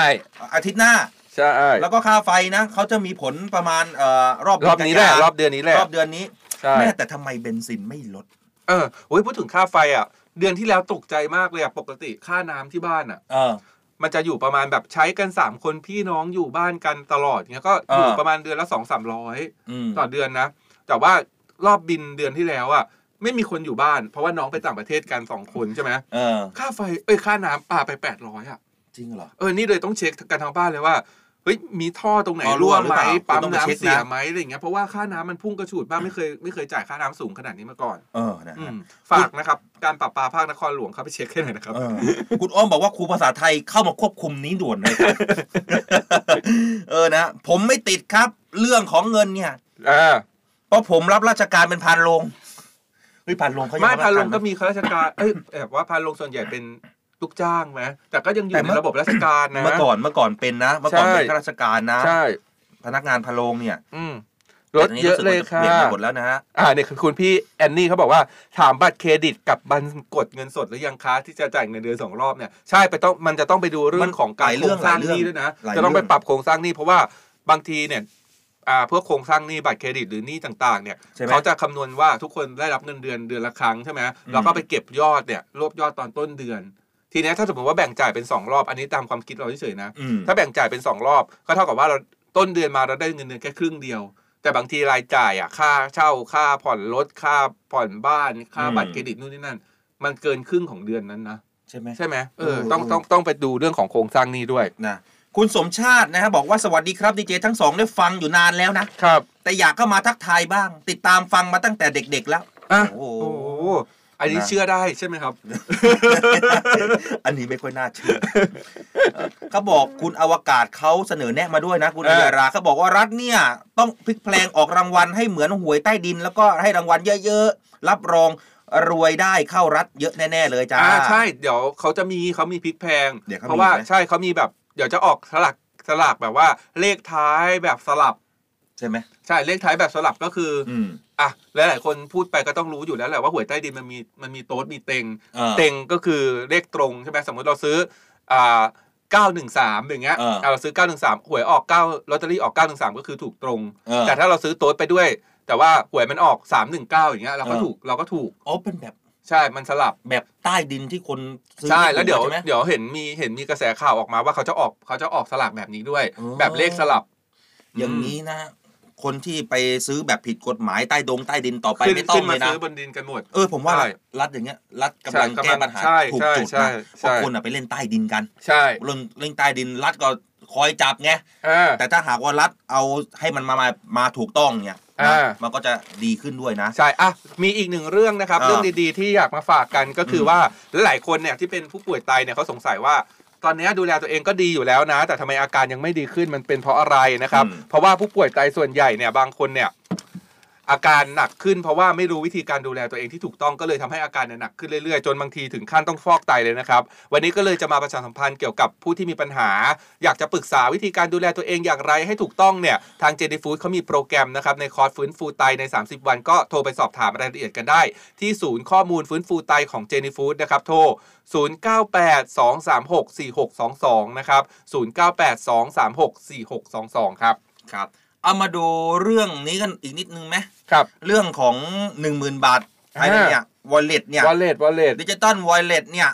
อาทิตย์หน้า
ใช่
แล้วก็ค่าไฟนะเขาจะมีผลประมาณเอ่อรอบ
รอบนี้แหละ รอบเดือนนี้แหละ
รอบเดือนนี้
ใช่
แม่แต่ทำไมเบนซินไม่ลด
เออโอ้ยพูดถึงค่าไฟอ่ะ เดือนที่แล้วตกใจมากเลยอ่ะ ปกติค่าน้ำที่บ้านอ่ะ
เออ
มันจะอยู่ประมาณแบบใช้กันสามคนพี่น้องอยู่บ้านกันตลอดเงี้ยก็อยู่
อ่า
ประมาณเดือนละสองสามร้อย
อืม
ต่อเดือนนะ แต่ว่ารอบบินเดือนที่แล้วอ่ะ ไม่มีคนอยู่บ้าน เพราะว่าน้องไปต่างประเทศกันสองคนใช่ไหม
เออ
ค่าไฟเอ้ยค่าน้ำปาไปแปดร้อยอ่ะ
จริงเหรอ
เออ นี่เลยต้องเช็คกันทางบ้านเลยว่า เฮ้ย มีท่อตรงไหน
อ๋อรั่
รั่
ว
ว
หรือ
ไหม
เปล่า
ปั๊ม
ต้องไป
น้ำ
เช็คนะ
เสียไหมอะไรอย่างเงี้ย เพราะว่าค่าน้ำมันพุ่งกระฉูดมากไม่เคยไม่เคยจ่ายค่าน้ำสูงขนาดนี้มาก่อน
เออนะ
อ
ฮะ
มฝากนะครับ การปรับปาภาคนครหลวงเข้าไปเช็คให้หน่อยนะครับ
เอ อคุณอ้อมบอกว่าครูภาษาไทยเข้ามาควบคุมนี้ด่วนเลยครับ เออนะ ผมไม่ติดครับ เรื่องของเงินเนี่ย
เออ
เพราะผมรับราชการเป็นพานโรงเฮ้ยพานโรงเขายัง
ไม่
รับ
พานลง
รช
ก็
ไห
มีข้าราชการ เอ้ยแบบว่าพานลงส่วนใหญ่เป็นลูกจ้างไหมแต่ก็ยังอยู่
แต่เมื่
ใน
อ
ระบบราชการนะ
เมื่อก่อนเมื่อก่อนเป็นนะ เมื่อก่อน
ใช่
เป็นข้าราชการนะ
ใช่
พนักงานพานโรงเนี่ย
อืม ลดเยอะเลยค่ะ
แต่ตอนนี้รู้สึกว่าจะเปลี่ยนมาหมดแล้วนะฮะ
อ่าเนี่ยคือคุณพี่แอนนี่เขาบอกว่าถามบัตรเครดิตกับบัตรกดเงินสดหรือยังคะที่จะจ่ายเงินเดือนสองรอบเนี่ยใช่ไปต้องมันจะต้องไปดูเรื่องของการ
หลาย
โค
เรื่
ร
อง
งสร้าง
หลาย
ห
เรื่อง
นี้ด้วยนะ
หลาย
จะต้องไป
เรื่อง
ปรับโครงสร้างหนี้เพราะว่าบางทีเนี่ยอ่าพวกโครงสร้างหนี้บัตรเครดิตหรือหนี้ต่างๆเนี่ย
ใช่ไหม
เขาจะคำนวณว่าทุกคนได้รับเงินเดือนเดือนละครั้งใช่ไหมแล้วก็ไปเก็บยอดเนี่ยรวบยอดตอนต้นเดือน ทีเนี้ยถ้าสมมติว่าแบ่งจ่ายเป็นสองรอบอันนี้ตามความคิดเราเฉยๆนะ
อืม
ถ้าแบ่งจ่ายเป็นสองรอบก็เท่ากับว่าเราต้นเดือนมาเราได้เงินเดือนแค่ครึ่งเดียว แต่บางทีรายจ่ายอ่ะค่าเช่าค่าผ่อนรถค่าผ่อนบ้านค่า
อืม
บัตรเครดิตนู่นนี่นั่น มันเกินครึ่งของเดือนนั้นนะ
ใช่ไหม
ใช่ไหมเออ
เออ
ต้องต้องต้องไปดูเรื่องของโครงสร้างหนี้ด้วย
นะคุณสมชาตินะฮะบอกว่าสวัสดีครับดีเจทั้งสองได้ฟังอยู่นานแล้วนะครับ แต่อยากเข้ามาทักทายบ้าง ติดตามฟังมาตั้งแต่เด็ก ๆ แล้ว
อ่ะ
โอ้
โอ้
โห
โหอันนี้เชื่อได้ใช่ไหมครับ
อันนี้ไม่ค่อยน่าเชื่อ เขาบอกคุณอวกาศเขาเสนอแนะมาด้วยนะ คุณอัยราเขาบอกว่ารัฐเนี่ยต้องพลิกแพลงออกรางวัลให้เหมือนหวยใต้ดิน แล้วก็ให้รางวัลเยอะๆ รับรองรวยได้เข้ารัฐเยอะแน่ๆเลยจ้า
อ่าใช่เดี๋ยวเขาจะมีเขามีพลิกแพง
เดี๋ยวเขามี
เพราะว่า
ไหม
ใช่เขามีแบบเดี๋ยวจะออกสลักสลากแบบว่าเลขท้ายแบบสลับ
ใช่ไหม
ใช่เลขท้ายแบบสลับก็คืออ
อืม
อ่ะหลายๆคนพูดไปก็ต้องรู้อยู่แล้วแหละว่าหวยใต้ดินมันมีมันมีโต๊ดมีเต็ง
เออ
เต็งก็คือเลขตรงใช่ไหมสมมติเราซื้ออ่าเก้าหนึ่งสามอย่างเงี้ย
เออ
อ่ะเราซื้อเก้าหนึ่งสามหวยออกเก้าลอตเตอรี่ออกเก้าหนึ่งสามก็คือถูกตรง
เออ
แต่ถ้าเราซื้อโต๊ดไปด้วย แต่ว่าหวยมันออกสามหนึ่งเก้าอย่างเงี้ยเราก็
เออ
ถูกเราก็ถูก
อ๋อเป็นแบบ
ใช่มันสลับ
แบบใต้ดินที่คนซื้อ
ใช่แล้วเดี๋ยว
ใช่ไหม
เดี๋ยวเห็นมีเห็นมีกระแสข่าวออกมาว่าเขาจะออกเขาจะออกสลากแบบนี้ด้วย
อ๋อ
แบบเลขสลับ
อย่างนี้นะ คนที่ไปซื้อแบบผิดกฎหมายใต้ดงใต้ดินต่อไป
ขึ้น
ไม่ต้อ
ขึ้
ง
น
เล
มาย
นะ
ซื้อบนดินกันหมด
เออผมว่า
ใช่
รัฐอย่างเงี้ยรัฐกำลัง
ใช่
แก้ปัญหา
ใช่
ถูกจุด
ใช่
นะ
ใช่
เพราะคนอ่ะไปเล่นใต้ดินกัน
ใช่
เล่นเล่นใต้ดินรัฐก็คอยจับไง
อ่า
แต่ถ้าหากว่ารัฐเอาให้มันมามามาถูกต้องเนี่ยนะ
อ่า
มันก็จะดีขึ้นด้วยนะ
ใช่ อ่ะ มีอีกหนึ่งเรื่องนะครับ
อ่า
เรื่องดีๆ ที่อยากมาฝากกันก็คือ
ม
ว่าหลายๆคนเนี่ยที่เป็นผู้ป่วยไตเนี่ยเขาสงสัยว่า ตอนเนี้ยดูแลตัวเองก็ดีอยู่แล้วนะ แต่ทำไมอาการยังไม่ดีขึ้นมันเป็นเพราะอะไรนะครับ เพราะว่าผู้ป่วยไตส่วนใหญ่เนี่ยบางคนเนี่ยอาการหนักขึ้น เพราะว่าไม่รู้วิธีการดูแลตัวเองที่ถูกต้องก็เลยทำให้อาการเนี่ยหนักขึ้นเรื่อยๆ จนบางทีถึงขั้นต้องฟอกไตเลยนะครับ วันนี้ก็เลยจะมาประชาสัมพันธ์เกี่ยวกับผู้ที่มีปัญหา อยากจะปรึกษาวิธีการดูแลตัวเองอย่างไรให้ถูกต้องเนี่ยทางเจดีฟู้ดเขามีโปรแกรมนะครับในคอร์สฟื้นฟูไตใน 30 วันก็โทรไปสอบถามรายละเอียดกันได้ ที่ศูนย์ข้อมูลฟื้นฟูไตของเจนีฟู้ดนะครับโทร 0982364622 นะครับ 0982364622 ครับ
ครับเอามาดูเรื่องนี้กันอีกนิดนึงไหม
ครับ
เรื่องของ 1 0,000 บาทไอ้เนี่ยวอลเล็ตเนี่ย
วอลเล็ตวอลเล็ต
ดิจิตอลวอลเล็ตเนี่ย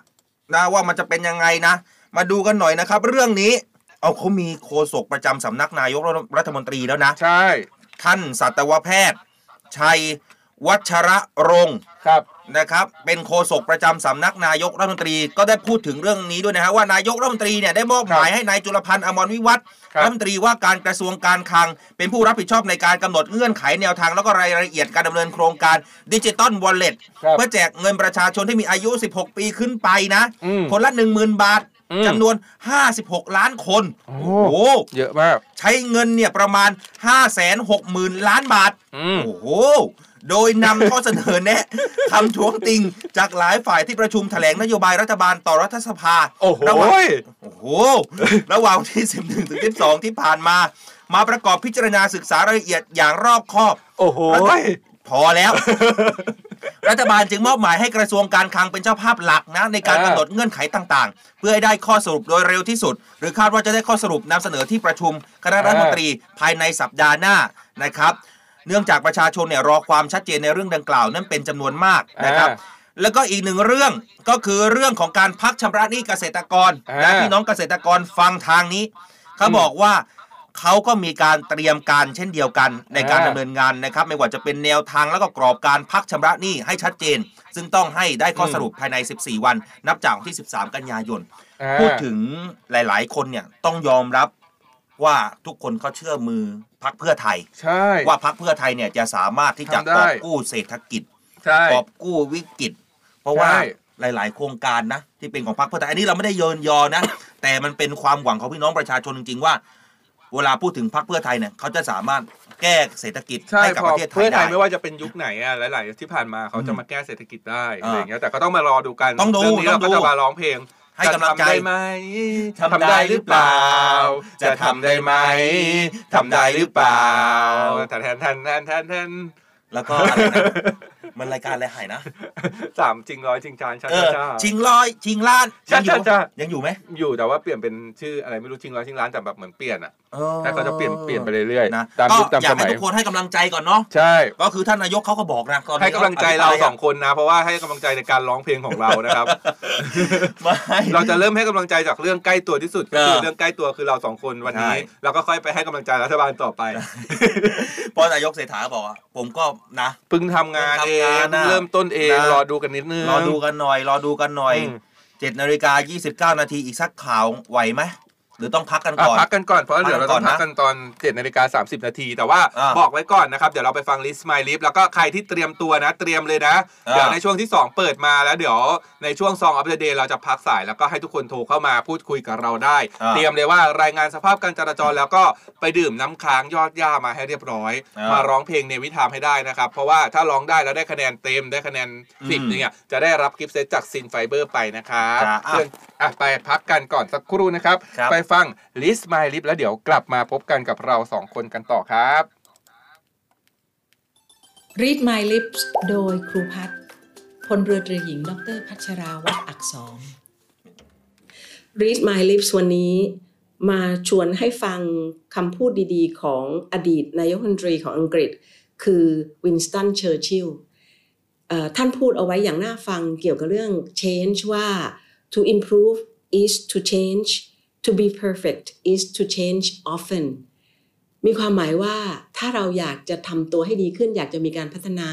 นะว่ามันจะเป็นยังไงนะ มาดูกันหน่อยนะครับ เรื่องนี้เอาเขามีโฆษกประจำสำนักนายกรัฐมนตรีแล้วนะ
ใช่
ท่านสัตวแพทย์ ชัยวัชระรงค์
ครับ
นะครับ เป็นโฆษกประจำสำนักนายกรัฐมนตรีก็ได้พูดถึงเรื่องนี้ด้วยนะฮะว่านายกรัฐมนตรีเนี่ยได้มอบหมายให้นายจุลพันธ์อมรวิวัฒน์
ครับ
รัฐมนตรีว่าการกระทรวงการคลัง เป็นผู้รับผิดชอบในการกำหนดเงื่อนไขแนวทางแล้วก็รายละเอียดการดำเนินโครงการดิจิตอลวอลเล็ต
ครับ
เพื่อแจกเงินประชาชนที่มีอายุ 16 ปีขึ้นไปนะ
อืม
คนละ 10,000 บาท
อืม
จำนวน 56 ล้านคน
โอ้
โอ้โห
เยอะมาก
ใช้เงินเนี่ยประมาณ 560,000 ล้านบาท
อืม
โอ้โห โดยนำข้อเสนอแนะ คำท้วงติงจากหลายฝ่ายที่ประชุมแถลงนโยบายรัฐบาลต่อรัฐสภา
โอ้โห
ระหว่าง โอ้โห ระหว่างวันที่ 11ถึง12 ที่ผ่านมา มาประกอบพิจารณาศึกษารายละเอียดอย่างรอบคอบ
โอ้โห
พอแล้ว รัฐบาลจึงมอบหมายให้กระทรวงการคลังเป็นเจ้าภาพหลักนะ ในกา
อ่าก
รำหนดเงื่อนไขต่างๆ เพื่อให้ได้ข้อสรุปโดยเร็วที่สุด หรือคาดว่าจะได้ข้อสรุปนำเสนอที่ประชุมคณะรัฐมนตรีภายในสัปดาห์หน้านะครับ เนื่องจากประชาชนเนี่ยรอความชัดเจนในเรื่องดังกล่าวนั้นเป็นจำนวนมากนะครับ
อ่า
แล้วก็อีกหนึ่งเรื่องก็คือเรื่องของการพักชำระหนี้เกษตรกรนะ
อ่า
พี่น้องเกษตรกรฟังทางนี้ เขาบอกว่าเขาก็มีการเตรียมการเช่นเดียวกันในการ
อ่า
ดำเนินงานนะครับ ไม่ว่าจะเป็นแนวทางแล้วก็กรอบการพักชำระหนี้ให้ชัดเจน ซึ่งต้องให้ได้ข้อสรุปภายใน 14 วัน นับจากวันที่ 13 กันยายน
อ่า
พูดถึงหลายๆ คนเนี่ยต้องยอมรับว่าทุกคนเขาเชื่อมือพักเพื่อไทย
ใช่
ว่าพักเพื่อไทยเนี่ยจะสามารถที่จะ
ทำ
กอ
ได้
บกู้เศรษฐกิจ
ใช่
กอบกู้วิกฤต เพราะว่า
ใช่
หลาย ๆ โครงการนะ ที่เป็นของพรรคเพื่อไทยอันนี้เราไม่ได้เยินยอนะ แต่มันเป็นความหวังของพี่น้องประชาชนจริง ๆ ว่า เวลาพูดถึงพรรคเพื่อไทยเนี่ยเขาจะสามารถแก้เศรษฐกิจ
ใช่
ให้กับ
พอ
ประเทศไท
เพื่
ย
อไท
ได้
ยไม่ว่าจะเป็นยุคไหนอะหลาย ๆ ที่ผ่านมาเขาจะมาแก้เศรษฐกิจได้อะไรอย่างเงี้ยแต่ก็ต้องมารอดูกัน
ต้องดู
เรื่องนี้เรา
ต้
ก็
องดู
จะมาร้องเพลง
ให้กำลังใจ
ทำได้ไหม
ทำได้หรือเปล่า
จะทำได้ไหมทำได้หรือเปล่าแต่แทนแทนแทนแทนแท น
แล้ว ก็อะไรนะมันรายการอะไรหายนะ
สามจริงร้อยจริงจานชา
เอ
ชา
อ
ชา
ชิงร้อยชิงล้าน
ใช่
ยังอยู่
ใช่ใช่
ยังอยู่ไหม
อยู่แต่ว่าเปลี่ยนเป็นชื่ออะไรไม่รู้ชิงร้อยชิงล้านแต่แบบเหมือนเปลี่ยนอ่ะ
เออ
แต่ก็จะเปลี่ยนเปลี่ยนไปเรื่อย
นะ
ๆตาม
ก็
ยุคตาม
อยา
ส
กให้
มัย
ทุกคนให้กำลังใจก่อนเนาะ
ใช่
ก็คือท่านนายกเขาก็บอกนะตอนนี้
ให้กำลังใจเรา
ภิปยะ
สองคนนะ เพราะว่าให้กำลังใจในการร้องเพลงของเรา นะครับ
ไม่
เราจะเริ่มให้กำลังใจจากเรื่องใกล้ตัวที่สุดก็คือ
เออ
เรื่องใกล้ตัวคือเราสองคนวันนี้
ใช่
เราก็ค่อยไปให้กำลังใจรัฐบาลต่อไป
เพราะนายกเศรษฐาบอกว่าผมก็นะ
เพิ่งทำงาน
เพิ่
เอง
ทำงาน
ง
นะ
เริ่มต้นเอง
นะ
รอดูกันนิดนึง
รอดูกันหน่อย รอดูกันหน่อย
อืม
เจ็ดนาฬิกายี่สิบเก้านาทีอีกสักข่าวไหวไหมหรือต้องพักกัน
อ่ะ
ก่อน
พักกันก่อนเพราะเดี๋ยวเราต้อง
พั
พั
ก
ก
กั
กัน น
นะ
ตอน7จ็นาฬิกาสานาที แต่ว่า
อ่า
บอกไว้ก่อนนะครับ เดี๋ยวเราไปฟังลิสต์ My Lip แล้วก็ใครที่เตรียมตัวนะเตรียมเลยนะ
อ่า
เดี๋ยวในช่วงที่ 2 เปิดมาแล้วเดี๋ยวในช่วงซองอัปเดตเราจะพักสายแล้วก็ให้ทุกคนโทรเข้ามาพูดคุยกับเราได้
อ่า
เตรียมเลยว่ารายงานสภาพการจราจรแล้วก็ไปดื่มน้ำค้างยอดย่ามาให้เรียบร้อย
อ่าม
มาร้องเพลงในวิธามให้ได้นะครับ เพราะว่าถ้าร้องได้แล้วได้คะแนนเต็มได้คะแนนสิบ
อืม
เนี่ยจะได้รับกิฟต์เซตจากซินไฟเบอร์ไปนะครับ
จ้าอ่ะ
เพื่อนอ่ะไปพักกันก่อนสักครู่นะครับ
ครับ
ไปฟัง List My Lip แล้วเดี๋ยวกลับมาพบกันกับเราสองคนกันต่อครับ
Read My Lips โดยครูพัฒน์พลเรือตรีหญิง ดรพัชราวัฒน์อักษร
Read My Lips วันนี้มาชวนให้ฟังคำพูดดีๆ ของอดีตนายกรัฐมนตรีของอังกฤษ คือวินสตัน เชอร์ชิลลเอ่อท่านพูดเอาไว้อย่างน่าฟังเกี่ยวกับเรื่อง change ว่า to improve is to change to be perfect is to change often มีความหมายว่าถ้าเราอยากจะทำตัวให้ดีขึ้น อยากจะมีการพัฒนา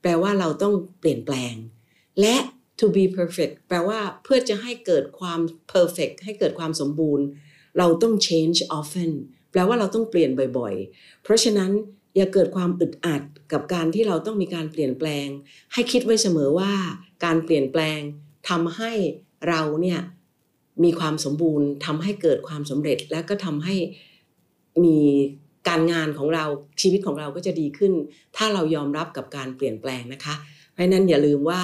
แปลว่าเราต้องเปลี่ยนแปลง และ to be perfect แปลว่าเพื่อจะให้เกิดความ perfect ให้เกิดความสมบูรณ์ เราต้อง change often แปลว่าเราต้องเปลี่ยนบ่อยๆ เพราะฉะนั้นอย่าเกิดความอึดอัดกับการที่เราต้องมีการเปลี่ยนแปลง ให้คิดไว้เสมอว่าการเปลี่ยนแปลงทำให้เราเนี่ยมีความสมบูรณ์ทำให้เกิดความสำเร็จ และก็ทำให้มีการงานของเราชีวิตของเราก็จะดีขึ้น ถ้าเรายอมรับกับการเปลี่ยนแปลงนะคะ เพราะฉะนั้นอย่าลืมว่า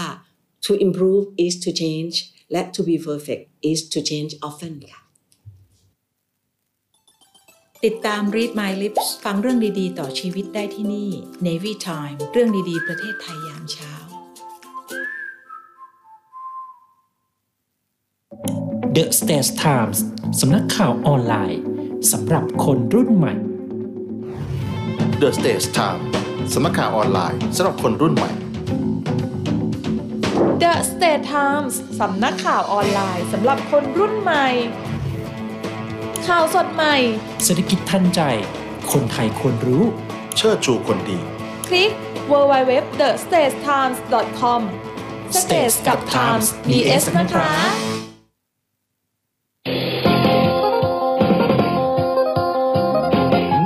to improve is to change และ to be perfect is to change often ค่ะ
ติดตาม Read My Lips ฟังเรื่องดีๆ ต่อชีวิตได้ที่นี่ Navy Time เรื่องดีๆ ประเทศไทยยามเช้า
The States Times สำนักข่าวออนไลน์สำหรับคนรุ่นใหม่
The Stage Time สำนักข่าวออนไลน์สำหรับคนรุ่นใหม่
The State Times สำนักข่าวออนไลน์สำหรับคนรุ่นใหม่ ข่าวสดใหม่
เศรษฐกิจทันใจ คนไทยควรรู้
เชิดชูคนดี
คลิก w w w t h e s t a t e t i m e s c o m States กับ Times BS นะคะ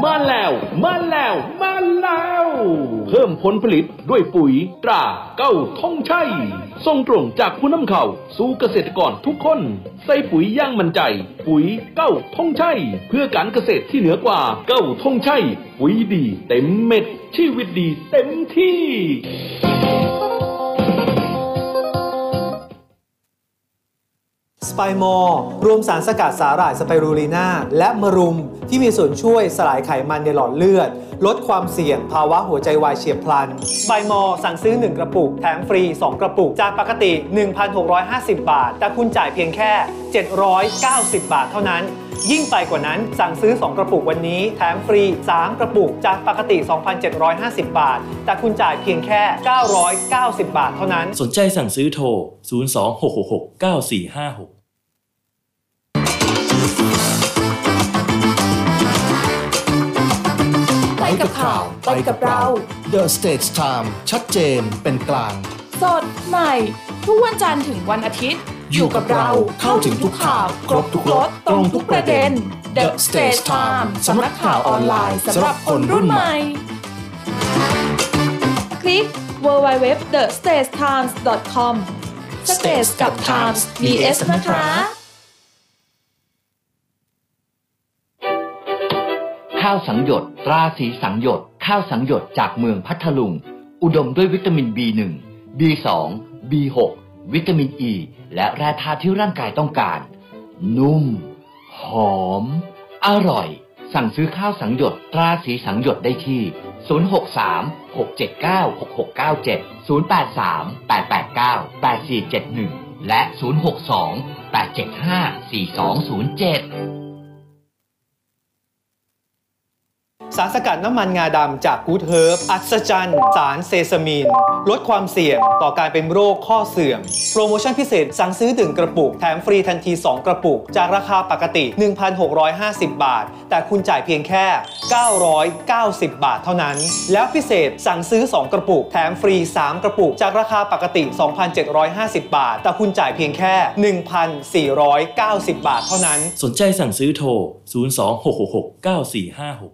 มาแล้วมาแล้วมาแล้ว เพิ่มผลผลิตด้วยปุ๋ยตราเก้าท่องชัยส่งตรงจากผู้นำเข้าสู่เกษตรกรทุกคน ใส่ปุ๋ยอย่างมั่นใจ ปุ๋ยเก้าท่องชัยเพื่อการเกษตรที่เหนือกว่าเก้าท่องชัยปุ๋ยดีเต็มเม็ด ชีวิตดีเต็มที่
สไปมอร์รวมสารสกัดสาหร่ายสไปรูลีนาและมะรุม ที่มีส่วนช่วยสลายไขมันในหลอดเลือด ลดความเสี่ยงภาวะหัวใจวายเฉียบพลันสไปมอร์สั่งซื้อ 1 กระปุก แถมฟรี 2 กระปุก จากปกติ 1,650 บาท แต่คุณจ่ายเพียงแค่ 790 บาทเท่านั้น ยิ่งไปกว่านั้นสั่งซื้อ 2 กระปุกวันนี้ แถมฟรี 3 กระปุก จากปกติ 2,750 บาท แต่คุณจ่ายเพียงแค่ 990 บาทเท่านั้น
สนใจสั่งซื้อโทร 02 666 9456
ไปกับข่าว ไปกับเรา The Stage Time ชัดเจนเป็นกลาง
สดใหม่ ทุกวันจันทร์ถึงวันอาทิตย์ อยู่กับเราเข้าถึงทุกข่าว ครบทุกรสตรงทุกประเด็น The Stage Time สำนักข่าวออนไลน์สำหรับคนรุ่นใหม่ คลิก w w w t h e s t a t e t i m e s c o m States กับ Times BS นะคะ
ข้าวสังหยดตราสีสังหยดข้าวสังหยดจากเมืองพัทลุง อุดมด้วยวิตามิน B1 B2 B6
วิตามินอ e ีและแร่ธาตุที่ร่างกายต้องการ นุ่ม หอม อร่อย สั่งซื้อข้าวสังหยดตราสีสังหยดได้ที่ 063 679 6697 083 889 8471 และ 062 875 4207
สารสกัดน้ำมันงาดำจากกูดเฮิร์บอัศจรรย์สารเซซามีน ลดความเสี่ยงต่อการเป็นโรคข้อเสื่อม โปรโมชั่นพิเศษสั่งซื้อถึงกระปุก แถมฟรีทันที 2 กระปุก จากราคาปกติ 1,650 บาท แต่คุณจ่ายเพียงแค่ 990 บาทเท่านั้น แล้วพิเศษสั่งซื้อ 2 กระปุก แถมฟรี 3 กระปุก จากราคาปกติ 2,750 บาท แต่คุณจ่ายเพียงแค่ 1,490 บาทเท่านั้น
สนใจสั่งซื้อโทร 026669456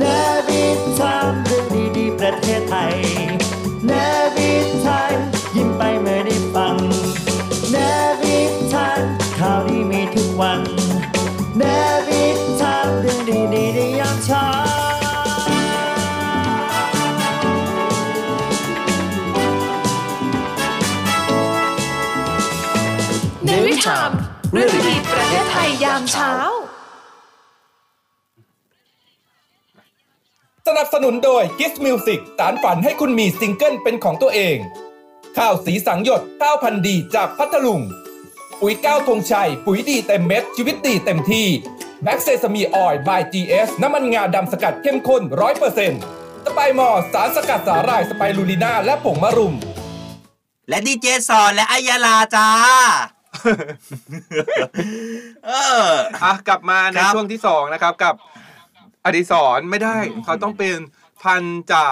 นวิทามเรื่องดีๆประเทศไทยนวิทามยิ้มไปเมื่อได้ฟังนวิทามข่าวดีมีทุกวันนวิทามเรื่องดีๆในยามเช้า
ในวิชามเรื่องดีประเทศไทยยามเช้า
สนับสนุนโดย g i s Music สารฝันให้คุณมีซิงเกิลเป็นของตัวเอง ข้าวสีสังหยดข้าวพันธุ์ดีจากพัทลุง ปุ๋ยก้าวธงชัย ปุ๋ยดีเต็มเม็ด ชีวิตดีเต็มที่แม็กเซสมีออยล์บาย GS น้ำมันงาดำสกัดเข้มข้น 100%สไปมอร์สารสกัดสาหร่ายสไปรูลิน่าและผงมะรุม
และดีเจสอนและอายาลา จ้า เออ
อ่ะกลับมาในช่วงที่สองนะครับกับอดิศรไม่ได้ เขาต้องเป็นพันจ่า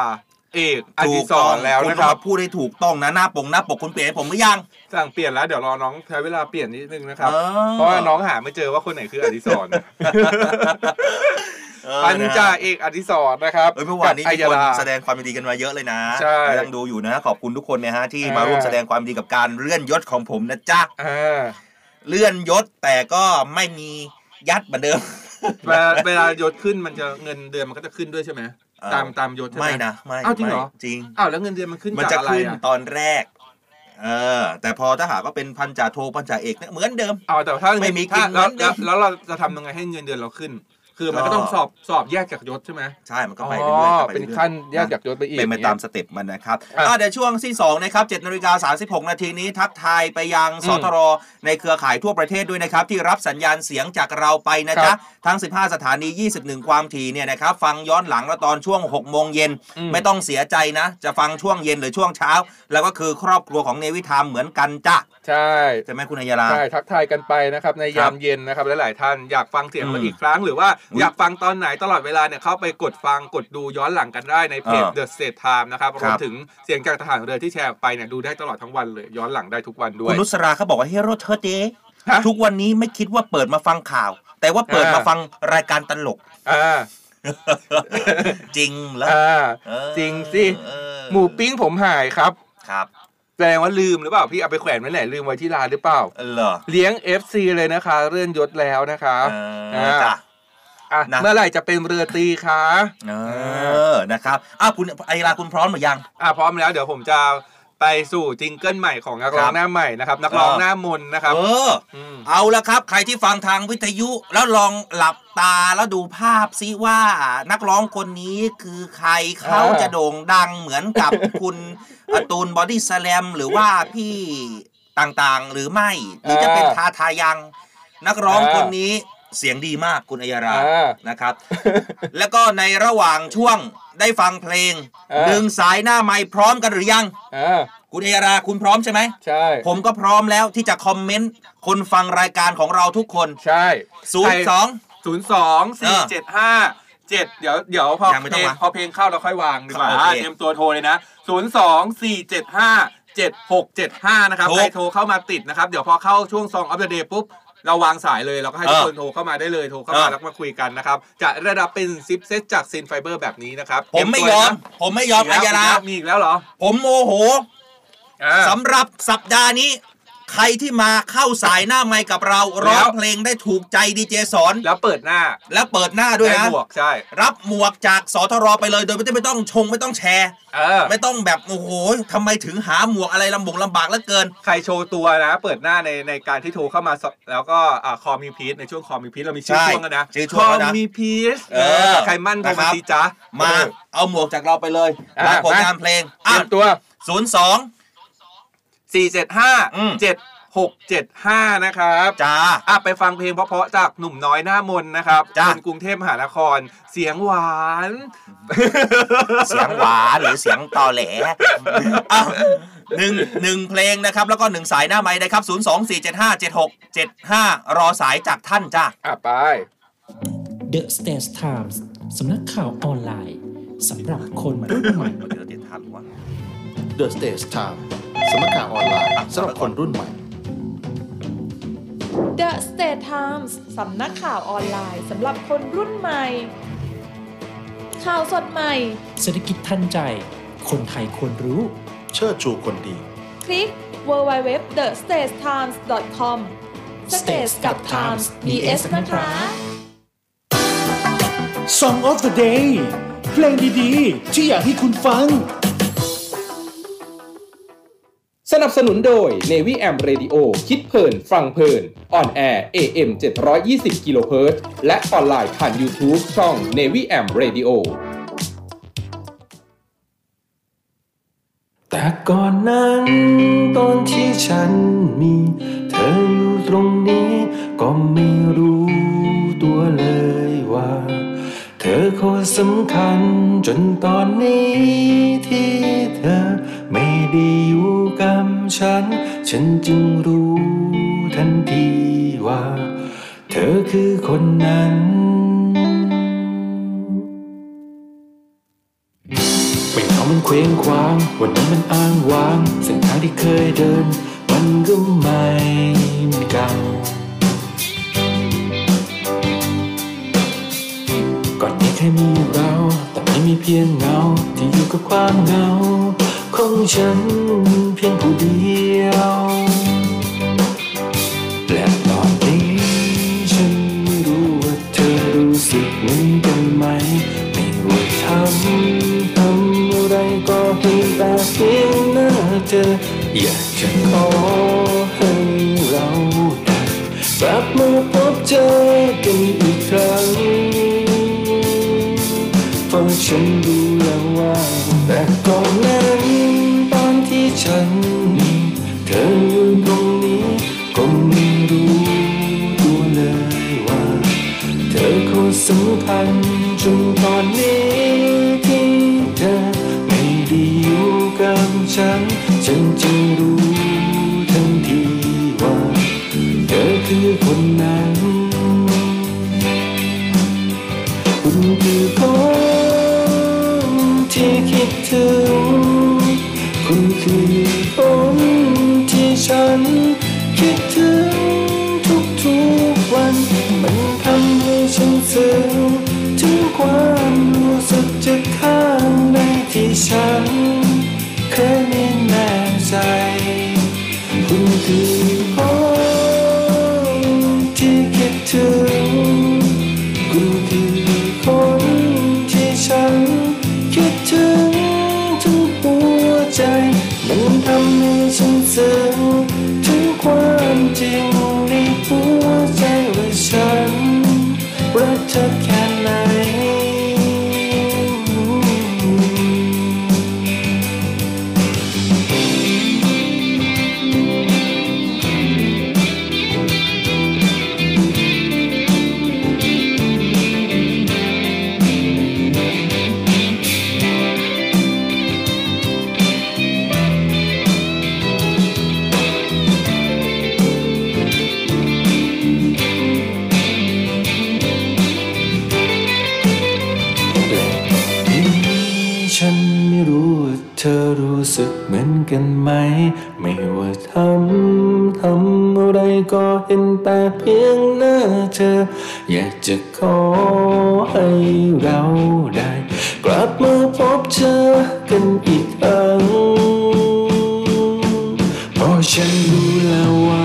เอกอดิศรแล้ว
ณ
นะ
ต้
ค
อง
รับ
พูดให้ถูกต้องนะ หน้าปกหน้าปกคุณเปลี่ยนให้ผมห รือยัง
สั่งเปลี่ยนแล้วเดี๋ยวรอน้องใช้เวลาเปลี่ยนนิดนึงนะครับ
อ๋อ
เพราะว่าน้องหาไม่เจอว่าคนไหนคืออดิศร
เออ
พันจ่าเอกอดิศรนะครับ
เอ้ยเมื่อวานนี้
กั
มี
บอัยย
คน
รา
แสดงความยินดีกันมาเยอะเลยนะ
ใช่
ยังดูอยู่นะ ขอบคุณทุกคนนะฮะที่
เออ
มาร่วมแสดงความยินดีกับการเลื่อนยศของผมนะจ๊ะเลื่อนยศแต่ก็ไม่มียัดเหมือนเดิม
เวลาเวลายศขึ้นมันจะเงินเดือนมันก็จะขึ้นด้วยใช่ไหม
เอ่อ
ตามตามยศใช่ไหม
ไม่นะไม่
อ้าวจริงเหรอ
ไม่จริง
อ้าวแล้วเงินเดือนมันขึ้น
มันจะ
จากอะไร
ขึ้น
อ่ะ
ตอนแรก เออ แต่พอถ้าหากว่าเป็นพันจ่าโทพันจ่าเอกเนี่ยเหมือนเดิม
เอาแต่ถ้าเงิน
ไม่มีกิ
ถ้าน แล้ว
เหมือนเดิ
แล้ว
ม
แล้วเราจะทำยังไงให้เงินเดือนเราขึ้น คือมันก็ต้องสอบสอบแยกจากยศใช่ไหม
ใช่มันก็ไป
อ๋
เรื่อย
อ
ๆก็ไป
เป็น
รื่อยๆ
ขั้นแยกจากยศไปอีก
เป็นไปตามสเต็ปมันนะครับอ่ะเดี๋ยวช่วงที่2นะครับ7นาฬิกา36 นาทีนี้ทักทายไปยัง
อืม
สทรในเครือข่ายทั่วประเทศด้วยนะครับ ที่รับสัญญาณเสียงจากเราไปนะจ๊ะ ทั้ง 15 สถานี 21 ความถี่เนี่ยนะครับ ฟังย้อนหลังแล้วตอนช่วง 6 โมงเย็น
อืม
ไม่ต้องเสียใจนะ จะฟังช่วงเย็นหรือช่วงเช้า แล้วก็คือครอบครัวของเนวิธามเหมือนกันจ้ะ
ใช่
ใช่ไหมคุณอัยยารา
ใช่ทักทายกันไปนะครับในยามเย็นนะครับหลายๆท่านอยากฟังเสียงเราอีกครั้งหรือว่าอยากฟังตอนไหนตลอดเวลาเนี่ยเข้าไปกดฟังกดดูย้อนหลังกันได้ในเพจ
เออ
The State Time นะครับ
ค
ร
รั
ว
บ
มถึงเสียงจากทหารเรือที่แชร์ไปเนี่ยดูได้ตลอดทั้งวันเลยย้อนหลังได้ทุกวันด้ว
คุ
ย
ณนุสราเขาบอกว่าเฮโรเธอเดทุกวันนี้ไม่คิดว่าเปิดมาฟังข่าว แต่ว่าเปิดมา
อ่า
ฟังรายการตลก
อ่า
จริงแล้ว
อ่า
เออ
จริงสิหมูปิ้งผมหายครับ
ครับ
แปลว่าลืมหรือเปล่าพี่เอาไปแขวนไว้ไหนลืมไว้ที่ร้านหรือเปล่า
เหรอ
เลี้ยง FC เลยนะคะเรื่อนยศแล้วนะคะ
เออจ้ะ
อ่ะ
นะ
เมื่อไหร่จะเป็นเรือตีคะ
เออนะครับอ้าวคุณไอราคุณพร้อมหรือยัง
อ่ะพร้อมแล้วเดี๋ยวผมจะไปสู่จิงเกิลใหม่ของนักร้อ
ค
ง
รับ
หน้าใหม่นะครับ นักร้อง
เออ
หน้ามนต์นะครับ
เอออเอาละครับ ใครที่ฟังทางวิทยุแล้วลองหลับตาแล้วดูภาพซิว่านักร้องคนนี้คือใครเขาจะโด่งดังเหมือนกับ คุณ อาตูนบอดี้สแลมหรือว่าพี่ต่างๆหรือไม่ หรือจะเป็นทาทายัง นักร้องคนนี้เสียงดีมากคุณอัยยารานะครับ แล้วก็ในระหว่างช่วงได้ฟังเพลง
เออ
ดึงสายหน้าไม้พร้อมกันหรือยัง
เออ
คุณเอยราคุณพร้อมใช่ไหม
ใช่
ผมก็พร้อมแล้วที่จะคอมเมนต์คนฟังรายการของเราทุกคน
ใช่
ศูนย์สอง
ศูนย์สองสี่เจ็ดห้าเจ็ดเดี๋ยวเดี๋ยวพอ
ยังไม่
เพ
ต้
ล
อง
ง
วาง
พอเพลงเข้าเราค่อยวางดีกว่า
โอเค
เตรียมตัวโทรเลยนะศูนย์สองสี่เจ็ดห้าเจ็ดหกเจ็ดห้านะครับ
ถูก
ใครโทรเข้ามาติดนะครับ เดี๋ยวพอเข้าช่วงซองอัปเดตปุ๊บ เราวางสายเลยเราก็ให้ทุกคน
เออ
โทรเข้ามาได้เลยโทรเข้า
เอ
มา
อ
แล้วมาคุยกันนะครับ จะได้รับเป็นซิปเซตจากซินไฟเบอร์แบบนี้นะครับ
ผมไม่ยอม
เตรีตัวนะ
ผมไม่ยอมอั
กแล้ว
ยยารา
มีอีกแล้วเหรอ
ผมโมโหสำหรับสัปดาห์นี้ ใครที่มาเข้าสายหน้าไมค์กับเราร้องเพลงได้ถูกใจดีเจสอน
แล้วเปิดหน้า
แล้วเปิดหน้าด้วยนะ
ได้หมวกใช่
รับหมวกจากสทรไปเลยโดยไม่ต้องชงไม่ต้องแชร์ไม่ต้องแบบโอ้โหทำไมถึงหาหมวกอะไรลำบงลำบากเหลือเกิน
ใครโชว์ตัวนะ เปิดหน้าในในการที่โทรเข้ามาสแล้วก็คอมมิวพีชในช่วงคอมมิวพีชเรามีชื่อ
ใช่
ช่วงกันนะ
ชื่อช่วงแล้ว
ค
นะ
อมมิวพีช
เออ
ใครมั่นโทรมา
ะครับ
สิจ๊ะ
มาเอาหมวกจากเราไปเลย
อ่ะ
รับผ
มาง
ลานเพลงอ่ะ
ตัว
ศูนย์สอง
สี่เจ็ดห้าเจ็ดหกเจ็ดห้านะครับ
จ้า
อ่ะไปฟังเพลงเพราะๆจากหนุ่มน้อยหน้ามนนะครับ
จ้า
คนกรุงเทพมหานคร เสียงหวาน
เสียงหวานหรือเสียงตอแหลอ่ะหนึ่งหนึ่งเพลงนะครับ แล้วก็หนึ่งสายหน้าไม้นะครับ 0 2 4 7 5 7 6 7 5 รอสายจากท่านจ้า
อ่ะไป
The States Times สำนักข่าวออนไลน์สำหรับคนรุ่นใหม่
The Stage Time สำนักข่าวออนไลน์สำหรับคนรุ่นใหม่
The State Times สำนักข่าวออนไลน์สำหรับคนรุ่นใหม่ ข่าวสดใหม่
เศรษฐกิจทันใจ คนไทยควรรู้
เชิดชูคนดี
คลิก www the stage times com stage กับ times ds นะคะ
Song of the Day เพลงดีๆ ที่อยากให้คุณฟัง
สนับสนุนโดย Navy AM Radio คิดเพลิน ฟังเพลิน ออนแอร์ AM 720กิโลเฮิรตซ์และออนไลน์ผ่าน YouTube ช่อง Navy AM Radio
แต่ก่อนนั้น ตอนที่ฉันมี เธออยู่ตรงนี้ ก็ไม่รู้ตัวเลยว่า เธอโคตรสำคัญจนตอนนี้ที่เธอไม่ได้อยู่กับฉัน ฉันจึงรู้ทันทีว่า เธอคือคนนั้น ไม่เอามันเคว้งคว้าง วันนี้มันอ้างว้าง เส้นทางที่เคยเดิน มันก็ไม่เหมือนเก่าก่อนนี้แค่มีเรา แต่ไม่มีเพียงเงา ที่อยู่กับความเหงา ของฉันเพียงผู้เดียว และตอนนี้ฉันไม่รู้ว่าเธอรู้สึกเหมือนกันไหม ไม่ว่าทำทำอะไรก็เพียงแต่เสียงหน้าเธออยากจะขอให้เราได้กลับมาพบเจอกันอีกครั้งเพราะฉันรู้แล้วว่า แต่ก่อนนั้นตอนที่ฉันมี เธออยู่ตรงนี้ก็ไม่รู้ตัวเลยว่า เธอโคตรสำคัญจนตอนนี้ที่เธอไม่ได้อยู่กับฉัน ฉันจึงรู้ทันทีว่า เธอคือคนนั้น คุณคือคนที่คิดถึง คุณคือคนที่ฉัน คิดถึงทุกๆวัน มันทำให้ฉันซึ้งถึงความรู้สึกจากข้างในที่ฉัน เคยมีแน่ใจ คุณคือคนที่คิดถึง คุณคือคนที่ฉัน คิดถึงทุกหัวใจ มันทำให้ฉันซึ้งถึงความจริงในหัวใจว่าฉันรักเธอแค่ไหน ฉันไม่รู้ว่าเธอรู้สึกเหมือนกันไหม ไม่ว่าทำทำอะไรก็เห็นแต่เพียงหน้าเธอ อยากจะขอให้เราได้ กลับมาพบเจอกันอีกครั้งเพราะฉันรู้แล้วว่า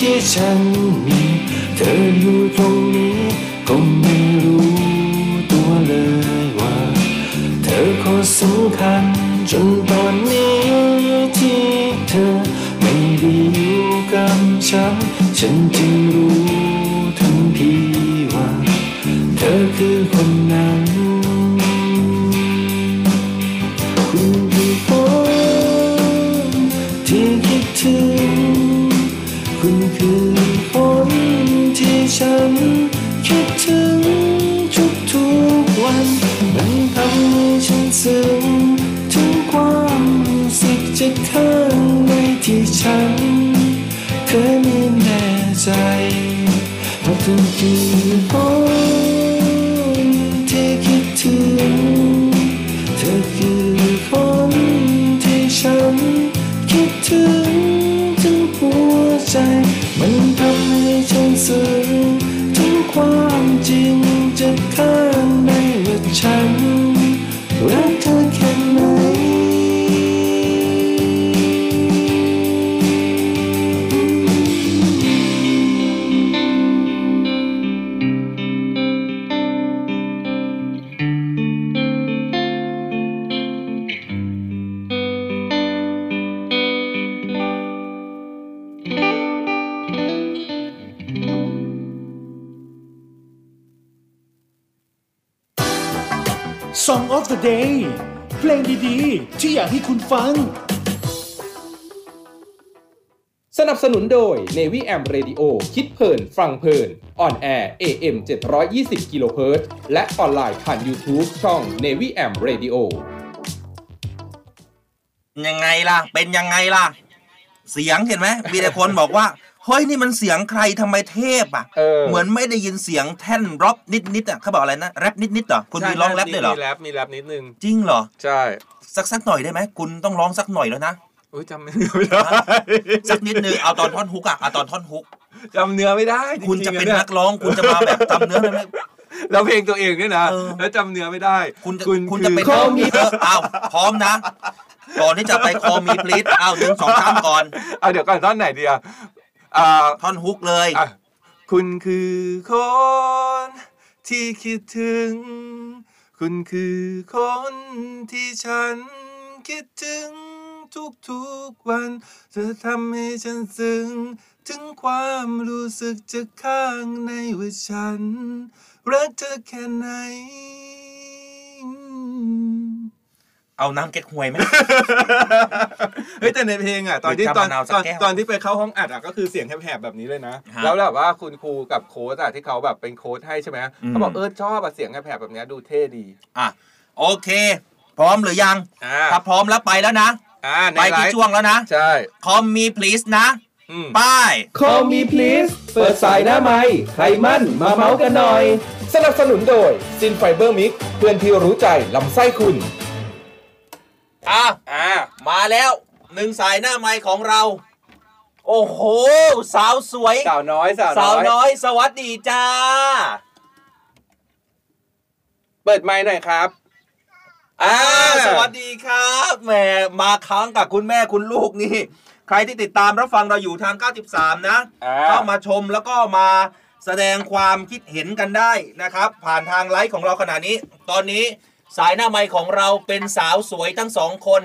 ที่ฉันมี เธออยู่ตรงนี้ก็ไม่รู้ตัวเลยว่า เธอคนสำคัญ จนตอนนี้ที่เธอไม่ได้อยู่กับฉัน ฉันจึงรู้ทันทีว่า เธอคือคนนั้น คุณคือคนที่คิดถึง คุณคือคนที่ฉันคิดถึงทุกทุกๆวัน มันทำให้ฉันซึ้งถึงความรู้สึกจากข้างในที่ฉัน เคยไม่แน่ใจเพราะเธอคือคนที่คิดถึง เธอคือคนที่ฉันคิดถึงถึงหัวใจ มันทำให้ฉันซึ้งถึงความจริงจากข้างในว่าฉันรักเธอแค่ไหน
Song of the Day เพลงดีๆ ที่อยากให้คุณฟัง
สนับสนุนโดย Navy AM Radio คิดเพลิน ฟังเพลินออนแอร์ AM 720กิโลเฮิรตซ์และออนไลน์ผ่าน YouTube ช่อง Navy AM Radio
ยังไงล่ะ เป็นยังไงล่ะ เสียงเห็นไหมมีแต่คนบอกว่า เฮ้ยนี่มันเสียงใครทำไมเทพอ่ะเหมือนไม่ได้ยินเสียงแท่นร็อปนิดๆอ่ะเขาบอกอะไรนะแรปนิดๆเหรอคุณ
ใช่
มีร้องแรป
มี
ด้วยเหรอ
มีแรปมีแรปนิดนึง
จริงเหรอ
ใช่
สักสักหน่อยได้ไหมคุณต้องร้องสักหน่อยแล้วนะ
อุ้ยจำไม่ได้
สักนิดนึงเอาตอนท่อนฮุกอ่ะเอาตอนท่อนฮุก
จำเนื้อไม่ได้
คุณจะเป็นนักร้องคุณจะมาแบบ
แล้วเพลงตัวเองด้วยนะ แล้วจำเนื้อไม่ได้
คุณ
คุณ
คุณจะเป็น
อ
คอมมีเอออ้าวพร้อมนะ ก่อนที่จะไปคอมมีพลิสอ้าวหนึ่งสองสามก่อน
เอาเดี๋ยวก่อนท่อนไหนดีอ่ะ
ท่อนฮุกเลย
คุณคือคนที่คิดถึง คุณคือคนที่ฉันคิดถึงทุกทุกๆวัน เธอทำให้ฉันซึ้งถึงความรู้สึกจากข้างในว่าฉัน รักเธอแค่ไหน
เอาน้ำเก๊กฮวยไหม
เฮ้ยแต่ในเพลงอ่ะตอนที่
หรือ
ต
จำ
อน
มะนาวสั
ต
ก
อน
แก้ว
ตอนที่ไปเข้าห้องอัดอ่ะก็คือเสียงแหบๆแบบนี้เลยนะ
ฮะ
แล้วแบบว่าคุณครูกับโค้ชอ่ะที่เขาแบบเป็นโค้ชให้ใช่ไหม
อืม
เขาบอกเออชอบอ่ะเสียงแหบๆแบบเนี้ยดูเท่ดี
อ่ะโอเค พร้อมหรือยัง ถ้าพร้อมแล้วไปแล้วนะ
ใน
ไป
ไล
ที่
ฟ์
ช่วงแล้วนะ
ใช่
คอมมีพลิสนะ ป้าย
Call me please เปิดสายหน้าไม้ใครมั่นมาเมาส์กันหน่อย สนับสนุนโดยซินไฟเบอร์มิกเพื่อนที่รู้ใจลำไส้คุณ
อ่ะมาแล้วหนึ่งสายหน้าไม้ของเรา โอ้โห สาวสวย
สาวน้อยสาว
สาวน้อย สวัสดีจ้า
เปิดไมค์หน่อยครับ
อ่าสวัสดีครับแหมมาค้างกับคุณแม่คุณลูกนี่ ใครที่ติดตามรับฟังเราอยู่ทาง 93 นะ เข้ามาชมแล้วก็มาแสดงความคิดเห็นกันได้นะครับ ผ่านทางไลฟ์ของเราขณะนี้ ตอนนี้สายหน้าไมค์ของเราเป็นสาวสวยทั้งสองคน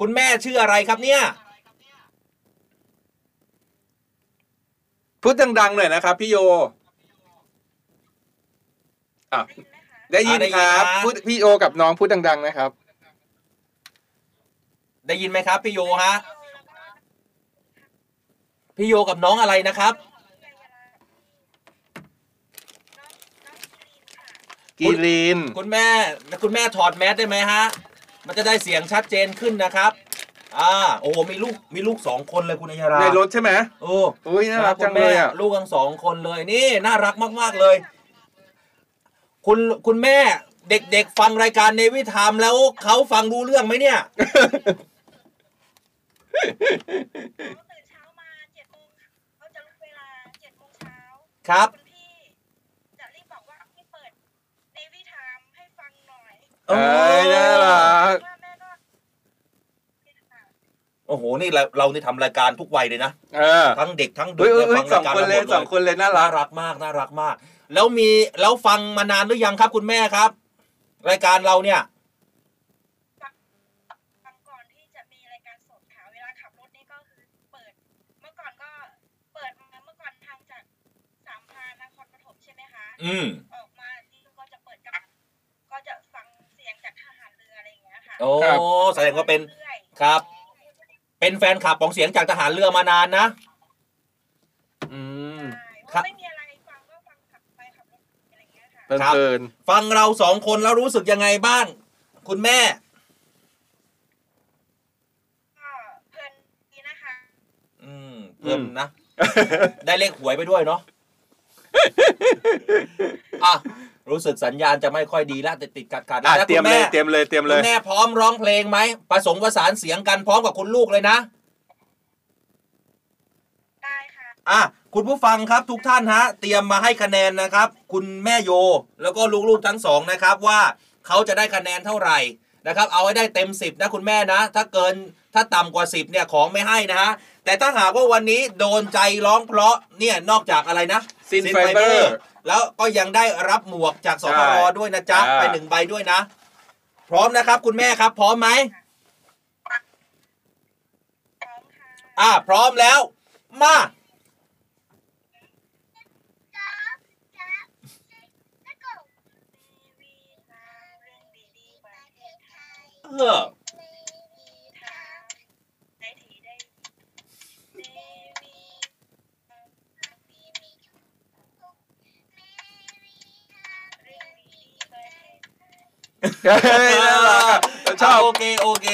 คุณแม่ชื่ออะไรครับเนี่ย
พูดดังๆหน่อยนะครับพี่โยอ่ะได้ยิน
อ่ะได้ยิน
ครับ
นะ
พูดพี่โยกับน้องพูดดัง ๆ นะครับ
ได้ยินไหมครับพี่โยฮะพี่โยกับน้องอะไรนะครับ
กีริน
คุณแม่คุณแม่ถอดแมสได้ไหมฮะมันจะได้เสียงชัดเจนขึ้นนะครับ อ่าโอ้โหมีลูกมีลูกสองคนเลยคุณอัยยารา
ในรถใช่ไหม
โอ้
โอ้ยน่ารัก
คุณ
จังเลยอ่ะ
แม่ลูกทั้งสองคนเลยนี่น่ารักมากๆเลย คุณคุณแม่เด็กๆ ฟังรายการในวิธามแล้วเขาฟังรู้เรื่องไหมเนี่ย ครับ
เอ้ยน่ารัก
โอ้โห นี่เราเรานี่ทำรายการทุกวัยเลยนะทั้งเด็กทั้งเด็
เฮ้
ก
ยเฮ้ย
เนี่ย
เฮ้ยสองคนเลย
หมด
สองคนเลยน่ารัก
รักมากน่ารักมาก แล้วมีแล้วฟังมานานหรือยังครับ คุณแม่ครับ รายการเราเนี่ย อืมออกมาที่ก็จะเปิดก็จะฟังเสียงจากทหารเรืออะไรอย่างเงี้ยค่ะโอ้แสดงว่าเป็นครับ เป็นแฟนคลับของเสียงจากทหารเรือมานานนะอืมครับ
เพลิน
ฟังเราสองคนแล้วรู้สึกยังไงบ้าง คุณแม่ อืมเพิ่มนะ ได้เลขหวยไป ด้วยเนาะ อ่ะ รู้สึกสัญญาณจะไม่ค่อยดีแล้วติดติดๆขัดขัดๆ
อ่ะ
แล้ว
เตรียม
คุณ
เลย
แ
เตรียมเลยเตรียมเลย
คุณแม่พร้อมร้องเพลงไหม ประสงค์ประสานเสียงกันพร้อมกับคุณลูกเลยนะ ได้ค่ะ อ่ะ คุณผู้ฟังครับทุกท่านฮะ เตรียมมาให้คะแนนนะครับ คุณแม่โย แล้วก็ลูกๆทั้งสองนะครับว่าเขาจะได้คะแนนเท่าไหร่นะครับ เอาให้ได้เต็ม 10 นะคุณแม่นะ ถ้าเกินถ้าต่ำกว่า 10 เนี่ยของไม่ให้นะฮะ แต่ถ้าหากว่าวันนี้โดนใจร้องเพราะเนี่ยนอกจากอะไรนะ
Sin
Sin
Fiber
Fiber แล้วก็ยังได้รับหมวกจากส
ใช่
ปรด้วยนะจ๊ะ
อ่า
ไปหนึ่งใบด้วยนะ พร้อมนะครับ คุณแม่ครับ พร้อมไหมอ่า พร้อมแล้ว มา เออชอบโอเคโอเค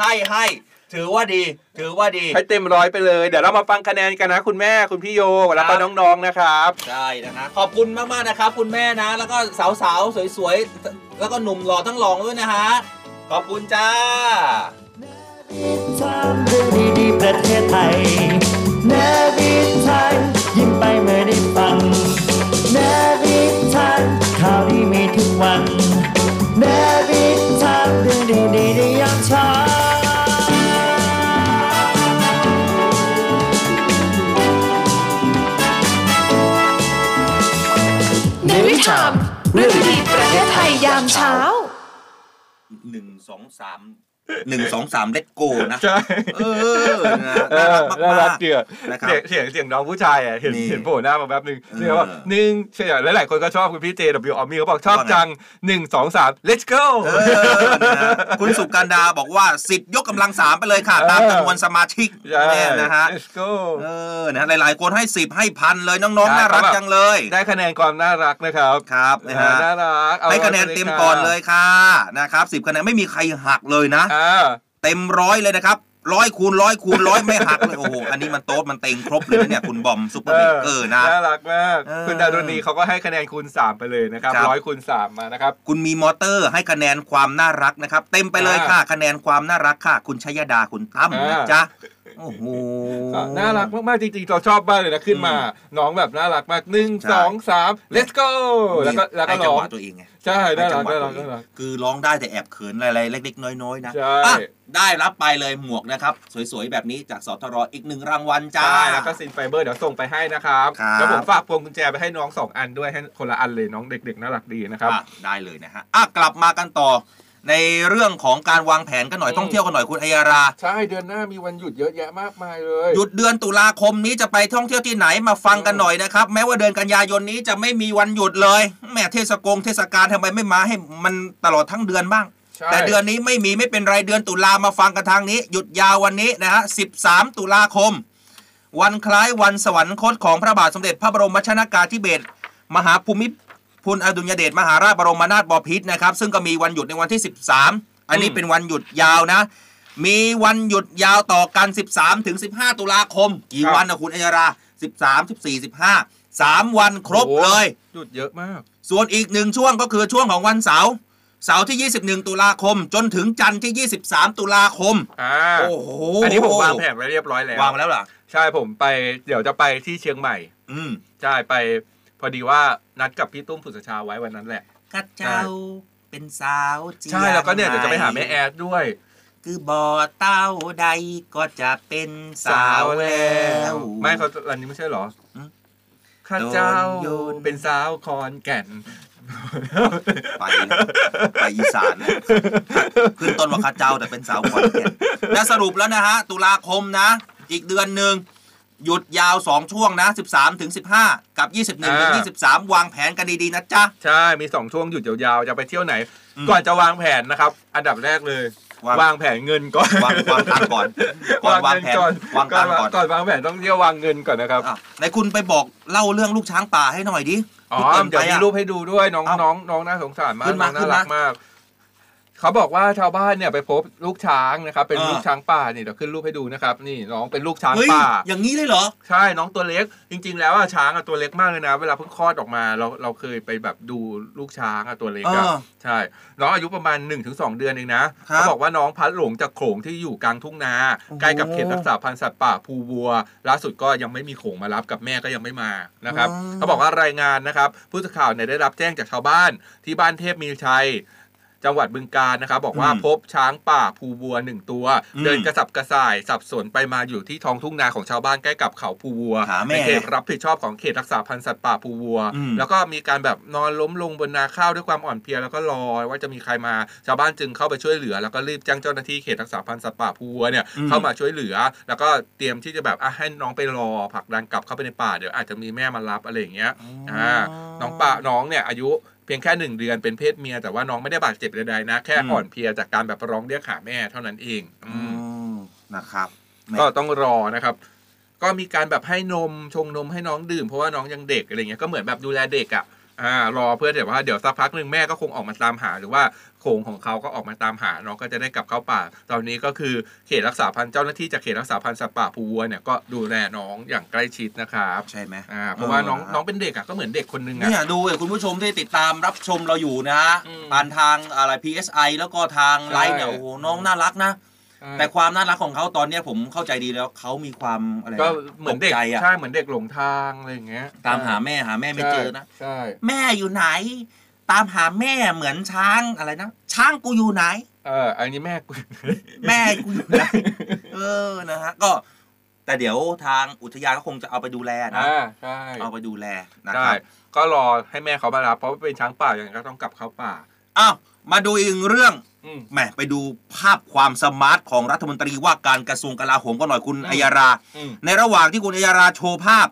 ให้ให้ ถือว่าดี ถือว่าดี
ให้เต็มร้อยไปเลย เดี๋ยวเรามาฟังคะแนนกันนะ คุณแม่คุณพี่โยแล้วก็น้องๆนะครับ
ใช่นะฮะขอบคุณมากๆนะครับ คุณแม่นะ แล้วก็สาวๆ สวยๆ แล้วก็หนุ่มหล่อทั้งหลองด้วยนะฮะ ขอบคุณจ้า
เรื่องดีๆประเทศไทยนาวิดไทยยิ้มไปเมื่อได้ฟังนาวิดไทยข่าวดีมีทุกวันนาวิดไทยเรื่องดีๆในยามเช้า
ในวิชามเรื่องดีๆประเทศไทยยามเช้า
หนึ่งสองสามหนึ่งสองสามเลตโกนะ
ใช่
เออนะน่ารักมาก
น่ารักเจีย
นะครับ
เสียงเสียงเสียงน้องผู้ชายอ่ะเห็น
นี่
เห็นโผล่หน้ามาแป๊บหนึ่งเรียกว่าหนึ่งเสียงหลายๆคนก็ชอบคุณพี่เจ W ออมมี่เขาบอกชอบ
ว่าไง
จังหนึ่งสองสาม let's go
คุณสุการดาบอกว่าสิทธิ์ยกกำลังสามไปเลยค่ะ ตามจำนวนสมาชิกเนี่ยนะฮะ
let's go
เออนะฮะหลายๆ คนให้สิบให้พันเลยน้องๆ น่ารักจังเลย
ได้คะแนนความน่ารักนะครับ
ครับนะฮะ
น่ารักเอา
ให้คะแนนเต็มก่อนเลยค่ะนะครับสิบคะแนนไม่มีใครหักเลยนะเต็มร้อยเลยนะครับร้อยคูณร้อยคูณร้อยไม่หักเลย โอ้โห อันนี้มันโต๊ดมันเต็งครบเลยนะเนี่ยคุณบอมซุปเปอร์เบเกอร์นะ
น่ารักมาก
เออ
คุณดารุณีเขาก็ให้คะแนนคูณ 3 ไปเลยนะครับ
ครับ
ร้อยคูณ3มานะครับ
คุณมีมอเตอร์ให้คะแนนความน่ารักนะครับ เต็มไปเลยค่ะ คะแนนความน่ารักค่ะ คุณชยดาคุณตั้ม
อ่าน
นะจ๊ะโอ้โห
น่ารักมากๆจริงๆเราชอบมากเลยนะขึ้นมา น้องแบบน่ารักมากหนึ่ง
ใช่
สองสาม let's go แล้วก็แล้วก็
ให้จั
ร้
ง
อ
ห
ง
วะตัวเองไง
ใช่น่ารัก
ให้จังหวะ
น่ารัก
ตัวเอง
น่ารัก
คือร้องได้แต่แอบเขินอะไรๆเล็กๆ น้อยๆนะ
ใช่
อ่ะได้รับไปเลยหมวกนะครับ สวยๆ แบบนี้จากสทรอีกหนึ่งรางวัลจ้า
ใช่แล้วก็ซินไฟเบอร์เดี๋ยวส่งไปให้นะครับ
ครับ
แล้วผมฝากพวงกุญแจไปให้น้องสองอันด้วยให้คนละอันเลยน้องเด็กๆน่ารักดีนะครับ
อ่ะได้เลยนะฮะอ่ะกลับมากันต่อ ในเรื่องของการวางแผนกันหน่อย
อืม
ท่องเที่ยวกันหน่อยคุณอัยรา
ใช่เดือนหน้ามีวันหยุดเยอะแยะมากมายเลย
หยุดเดือนตุลาคมนี้จะไปท่องเที่ยวที่ไหนมาฟังกันหน่อยนะครับ แม้ว่าเดือนกันยายนนี้จะไม่มีวันหยุดเลยแหมเทศกงเทศกาลทำไมไม่มาให้มันตลอดทั้งเดือนบ้าง
ใช่
แต่เดือนนี้ไม่มีไม่เป็นไรเดือนตุลามาฟังกันทางนี้ หยุดยาววันนี้นะฮะ 13 ตุลาคม วันคล้ายวันสวรรคตของพระบาทสมเด็จพระบรมชนากาธิเบศรมหาภูมิพลอดุลยเดชมหาราชบรมนาถบพิตรนะครับ ซึ่งก็มีวันหยุดในวันที่ 13 อันนี้เป็นวันหยุดยาวนะ มีวันหยุดยาวต่อกัน 13 ถึง 15 ตุลาคม กี่วันนะคุณอัยรา 13 14 15 3 วันครบเลย
หยุดเยอะมาก
ส่วนอีกหนึ่งช่วงก็คือช่วงของวันเสาร์เสาร์ที่ 21 ตุลาคม จนถึงจันทร์ที่ 23 ตุลาคม
อ่า
โอ้โห
อันนี้ผมวางแผนไว้เรียบร้อยแล้ว
วางไว้แล้วเหรอ
ใช่ผมไปเดี๋ยวจะไปที่เชียงใหม่
อืม
ใช่ไปพอดีว่านัดกับพี่ตุ้มผุดสชาไว้วันนั้นแหละ
กัดเจ้าเป็นสาวจี
ใช่แล้วก็เนี่ยเดี๋ยวจะไปหาแม่แอดด้วย
คือบ่อเต้าใดก็จะเป็นสาวแล้ว
ไม่เขาอันนี้ไม่ใช่เหรอข้าเจ้าเป็นสาวคอนแก่น
ไปไปอีสานนะขึ้นต้นว่าข้าเจ้าแต่เป็นสาวขอนแก่นและสรุปแล้วนะฮะ ตุลาคมนะ อีกเดือนหนึ่ง หยุดยาว 2 ช่วงนะ 13ถึง15 กับ 21ถึง
อ่า
23 วางแผนกันดี ๆ นะจ๊ะ
ใช่ มีสองช่วงหยุดยาวๆ จะไปเที่ยวไหน ก่อนจะวางแผนนะครับ อันดับแรกเลย วางแผนเงินก่อน
วางวางตังค์ก่อนก่อน
วางเงินก่อน
วางแผนวางตังค์ก่อน
ก่อนวางแผนต้องเที่ยววางเงินก่อนนะครับ
ไหนคุณไปบอกเล่าเรื่องลูกช้างป่าให้หน่อยดิ
อ๋อ
ที่กินไป
เดี๋ยวมี
อะ
รูปให้ดูด้วยน้องน้องน้องน่าสงสารมาก
ขึ้นมา
อง
ขึ้
น่า
มา
นรักมาก เขาบอกว่าชาวบ้านเนี่ยไปพบลูกช้างนะครับ เป็น
อ่า
ลูกช้างป่านี่เดี๋ยวขึ้นรูปให้ดูนะครับ นี่น้องเป็นลูกช้าง
เฮ้ย
ป่า
อย่างนี้เลยเหรอ
ใช่น้องตัวเล็ก จริง ๆ แล้วอะช้างอะตัวเล็กมากเลยนะ เวลาเพิ่งคลอดออกมาเราเราเคยไปแบบดูลูกช้างอะตัวเล็กอะ
อ่า
ใช่ น้องอายุประมาณ 1-2 เดือนเองนะครับ เขาบอกว่าน้องพลัดหลงจากโขลงที่อยู่กลางทุ่งนา ใกล้กับเขตรักษาพันธุ์สัตว์ป่าภูวัว ล่าสุดก็ยังไม่มีโขลงมารับกับแม่ก็ยังไม่มานะครับ
อ๋อ
เขาบอกว่ารายงานนะครับ ผู้สื่อข่าวเนี่ยได้รับแจ้งจากชาวบ้านที่บ้านเทพมีชัย จังหวัดบึงกาฬนะครับ บอกว่า
อืม
พบช้างป่าภูบัวหนึ่งตัว
อืม
เดินกระสับกระส่าย สับสนไปมาอยู่ที่ท้องทุ่งนาของชาวบ้านใกล้กับเขาภูบัว
หาแม่
ในเขตรับผิดชอบของเขตรักษาพันธุ์สัตว์ป่าภูบัว
อืม
แล้วก็มีการแบบนอนล้มลงบนนาข้าวด้วยความอ่อนเพลียแล้วก็รอว่าจะมีใครมาชาวบ้านจึงเข้าไปช่วยเหลือ แล้วก็รีบแจ้งเจ้าหน้าที่เขตรักษาพันธุ์สัตว์ป่าภูวัวเนี่ย
อืม
เข้ามาช่วยเหลือ แล้วก็เตรียมที่จะแบบอ่ะให้น้องไปรอผลักดันกลับเข้าไปในป่าเดี๋ยวอาจจะมีแม่มารับอะไรอย่างเงี้ยอ่าน้องป่าน้องเนี่ยอายุเพียงแค่หนึ่งเดือนเป็นเพศเมียแต่ว่าน้องไม่ได้บาดเจ็บใดๆนะ แค่
อืม
อ่อนเพลียจากการแบบร้องเรียกหาแม่เท่านั้นเองอืม
นะครับ
ก็ต้องรอนะครับ ก็มีการแบบให้นมชงนมให้น้องดื่ม เพราะว่าน้องยังเด็กอะไรเงี้ยก็เหมือนแบบดูแลเด็กอ่ะอ่ารอเพื่อแต่ว่าเดี๋ยวสักพักหนึ่งแม่ก็คงออกมาตามหา หรือว่าโขงของเขาก็ออกมาตามหาน้องก็จะได้กลับเข้าป่า ตอนนี้ก็คือเขตรักษาพันธุ์เจ้าหน้าที่จากเขตรักษาพันธุ์สัตว์ป่าภูวัวเนี่ยก็ดูแลน้องอย่างใกล้ชิดนะครับ
ใช่ไหม
อ่าเพราะว่าน้อง
เออ
น้องเป็นเด็กอ่ะก็เหมือนเด็กคนหนึงอ่ะ
เนี่ยดูเอ้ยคุณผู้ชมที่ติดตามรับชมเราอยู่นะฮะผ่านทางอะไร PSI แล้วก็ทางไลน์เนี่ย
ใช่
โอ้โหน้องน่ารักนะ แต่ความน่ารักของเขาตอนเนี้ยผมเข้าใจดีแล้วเขามีความอะไรนะ
ก็เหมือนเด็ก
ตใจอะ
ใช่เหมือนเด็กหลงทางอะไรอย่างเงี้ย
ตามหาแม่หาแม่ไม่เจอนะ
ใช่
แม่อยู่ไหน ตามหาแม่เหมือนช้างอะไรนะ ช้างกูอยู่ไหน
เอออันนี้แม่กู
แม่กูอยู่ ไหน เออนะฮะก็ แต่เดี๋ยวทางอุทยานก็คงจะเอาไปดูแลนะ
อ่าใช่
เอาไปดูแลนะค
ได้
รับ
ก็รอให้แม่เขามารับ เพราะว่าเป็นช้างป่าอย่างนั้นก็ต้องกลับเข้าป่า
อ้าวมาดูอีกหนึ่งเรื่องแหมไปดูภาพความสมาร์ทของรัฐมนตรีว่าการกระทรวงกลาโหมกันหน่อยคุณอัยยารา
อืม
ในระหว่างที่คุณอัยยาราโชว์ภาพ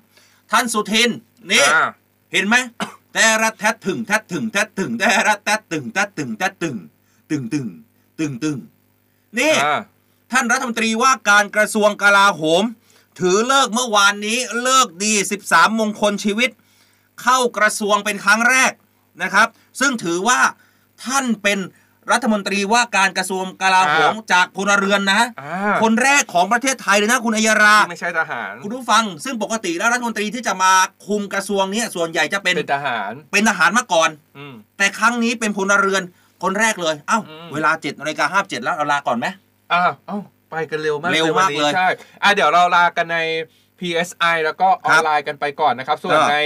ท่านสุทินนี่เห็นไหม แต่ระแทดถึงแทดถึงแทดถึงแต่ระแทดถึงแทดถึงแทดถึงตึงตึงตึงตึงนี่ท่านรัฐมนตรีว่าการกระทรวงกลาโหม ถือเลิกเมื่อวานนี้เลิกดี 13 มงคลชีวิต เข้ากระทรวงเป็นครั้งแรกนะครับ ซึ่งถือว่าท่านเป็นรัฐมนตรีว่าการกระทรวงกลาโหม
อ่า
จากพลเรือนนะ
อ่า
คนแรกของประเทศไทยเลยนะคุณอัยยารา
ไม่ใช่ทหาร
คุณผู้ฟัง ซึ่งปกติแล้วรัฐมนตรีที่จะมาคุมกระทรวงเนี้ส่วนใหญ่จะเป็น
เป็นทหาร
เป็นทหารมาก่อน
อืม
แต่ครั้งนี้เป็นพลเรือนคนแรกเลย เอ้า เวลา7จ็ดนาฬิกาห้าเจ็ดแล้วเราลาก่อนไหม
อ้าวเอ้าไปกันเร็วมาก
เร็วมาก
นนี้
เลย
ใช่อ่ะเดี๋ยวเราลากันใน PSI แล้วก็ออนไลน์กันไปก่อนนะครับ ส่ว
ค
น
รับ
ใน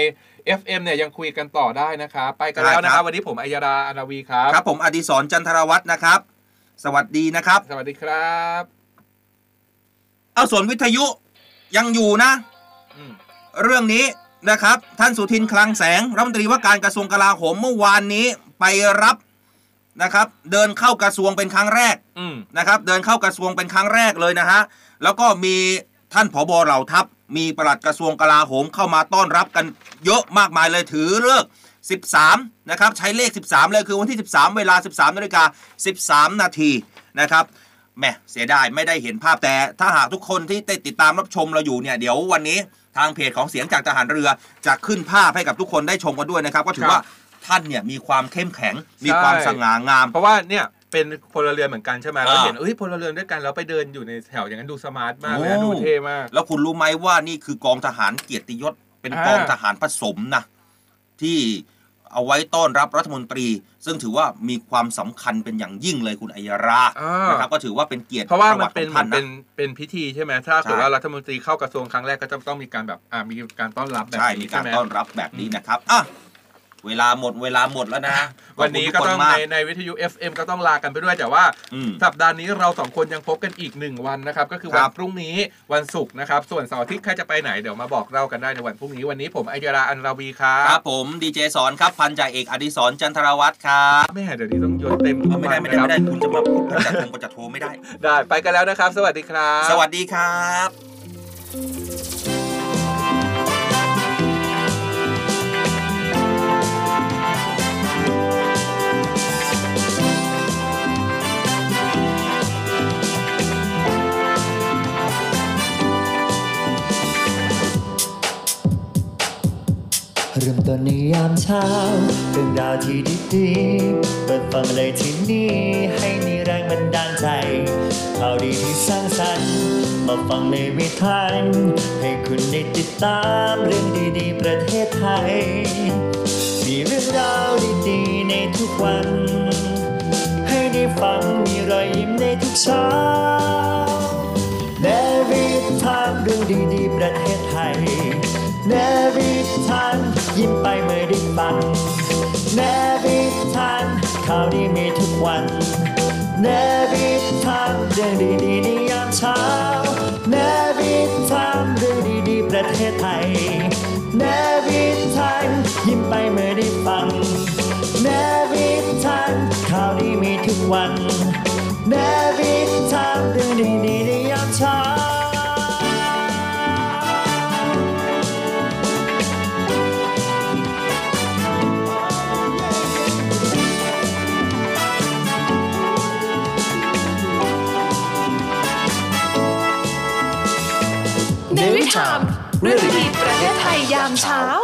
FM เนี่ยยังคุยกันต่อได้นะครับ ไปกัน
ได้
แล้วนะค
ครั
รับ
บ
วันนี้ผมอัยยาดาอานาวีครับ
ครับ ผมอดิศรจันทรวัฒน์นะครับ สวัสดีนะครับ
สวัสดีครับ
เอาส่วนวิทยุยังอยู่นะ
อืม
เรื่องนี้นะครับ ท่านสุทินคลังแสงรัฐมนตรีว่าการกระทรวงกลาโหมเมื่อวานนี้ไปรับนะครับ เดินเข้ากระทรวงเป็นครั้งแรก
อืม
นะครับเดินเข้ากระทรวงเป็นครั้งแรกเลยนะฮะ แล้วก็มีท่านผบเหล่าทัพ มีปลัดกระทรวงกลาโหมเข้ามาต้อนรับกันเยอะมากมายเลยถือเลิกษ์13 นะครับ ใช้เลข 13 เลยคือวันที่ 13 เวลา 13นาฬิกา13 นาทีนะครับแหมเสียดายไม่ได้เห็นภาพแต่ถ้าหากทุกคนที่ได้ติดตามรับชมเราอยู่เนี่ยเดี๋ยววันนี้ทางเพจของเสียงจากทหารเรือจะขึ้นภาพให้กับทุกคนได้ชมกันด้วยนะครับก็ถือว่าท่านเนี่ยมีความเข้มแข็งมีความ
ใช่
สง่างาม
เพราะว่าเนี่ยเป็นพลเรือนเหมือนกันใช่ไหมเรา
อ่า
เห็นเอ้ยพลเรือนด้วยกันแล้วไปเดินอยู่ในแถวอย่างนั้นดูสมาร์ทมากเลยนะดูเท่มาก
แล้วคุณรู้ไหมว่านี่คือกองทหารเกียรติยศ เป็น
อ่าก
องทหารผสมนะ ที่เอาไว้ต้อนรับรัฐมนตรี ซึ่งถือว่ามีความสำคัญเป็นอย่างยิ่งเลยคุณอัยยารา
อ่าน
นะครับก็ถือว่าเป็นเกียรติ
เพราะว่ามัน
ปติ
เป็น
ของท่า
มันเป็น เป็นพิธีใช่ไหมถ้าเกิด
ใช่
ว่ารัฐมนตรีเข้ากระทรวงครั้งแรกก็จะต้องมีการแบบอ่ามีการต้อนรับแบบ
ใช่
นี้
มีการ
ใช่ไห
ต้อนรับแบบนี้นะครับอ่ะ เวลาหมดเวลาหมดแล้วนะ
วันนี้
ข
ก็
บคุณ
ต้อง
ทุคมา
ในในวิทยุ FM ก็ต้องลากันไปด้วยแต่ว่า
อืม
สัปดาห์นี้เราสองคนยังพบกันอีกหนึ่งวันนะครับ ก็คือ
ค
วั
รั
น
บ
พรุ่งนี้วันศุกร์นะครับ ส่วนเสาร์อาทิตย์ใครจะไปไหนเดี๋ยวมาบอกเล่ากันได้ในวันพรุ่งนี้วันนี้ผมอัยราอันราวีครับ
ครับผมดีเจสอนครับพันจ่าเอกอดิศรจันทรวัตรครับ
แม่เดี๋ยวนี้ต้องโยนเต็ม
ไม่ได้ไม่ได้ไม่ได้คุณจะมาพูดประจัดทงประจัดโทไม่ได้
ได้ไปกันแล้วนะครับ สวัสดีครับ
สวัสดีครับ
เริ่มต้นในยามเช้าเรื่องราวที่ดีๆเปิดฟังเลยที่นี่ ให้มีแรงบันดาลใจข่าวดีที่สร้างสรรค์ มาฟังในวิถีให้คุณได้ติดตามเรื่องดีๆ ประเทศไทย มีเรื่องราวดีๆ ในทุกวัน ให้ได้ฟังมีรอยยิ้มในทุกเช้า เนวิทามเรื่องดีๆ ประเทศไทย เนวิทามยิ้มไปเมื่อได้ฟัง เนวิทามข่าวดีมีทุกวัน เนวิทามเรื่องดีๆในยามเช้า เนวิทามเรื่องดีๆ ประเทศไทย เนวิทามยิ้มไปเมื่อได้ฟัง เนวิทามข่าวดีมีทุกวัน เนวิทามเรื่องดีๆในยามเช้า
เนวิทามเรื่องดีประเทศไทยยามเช้า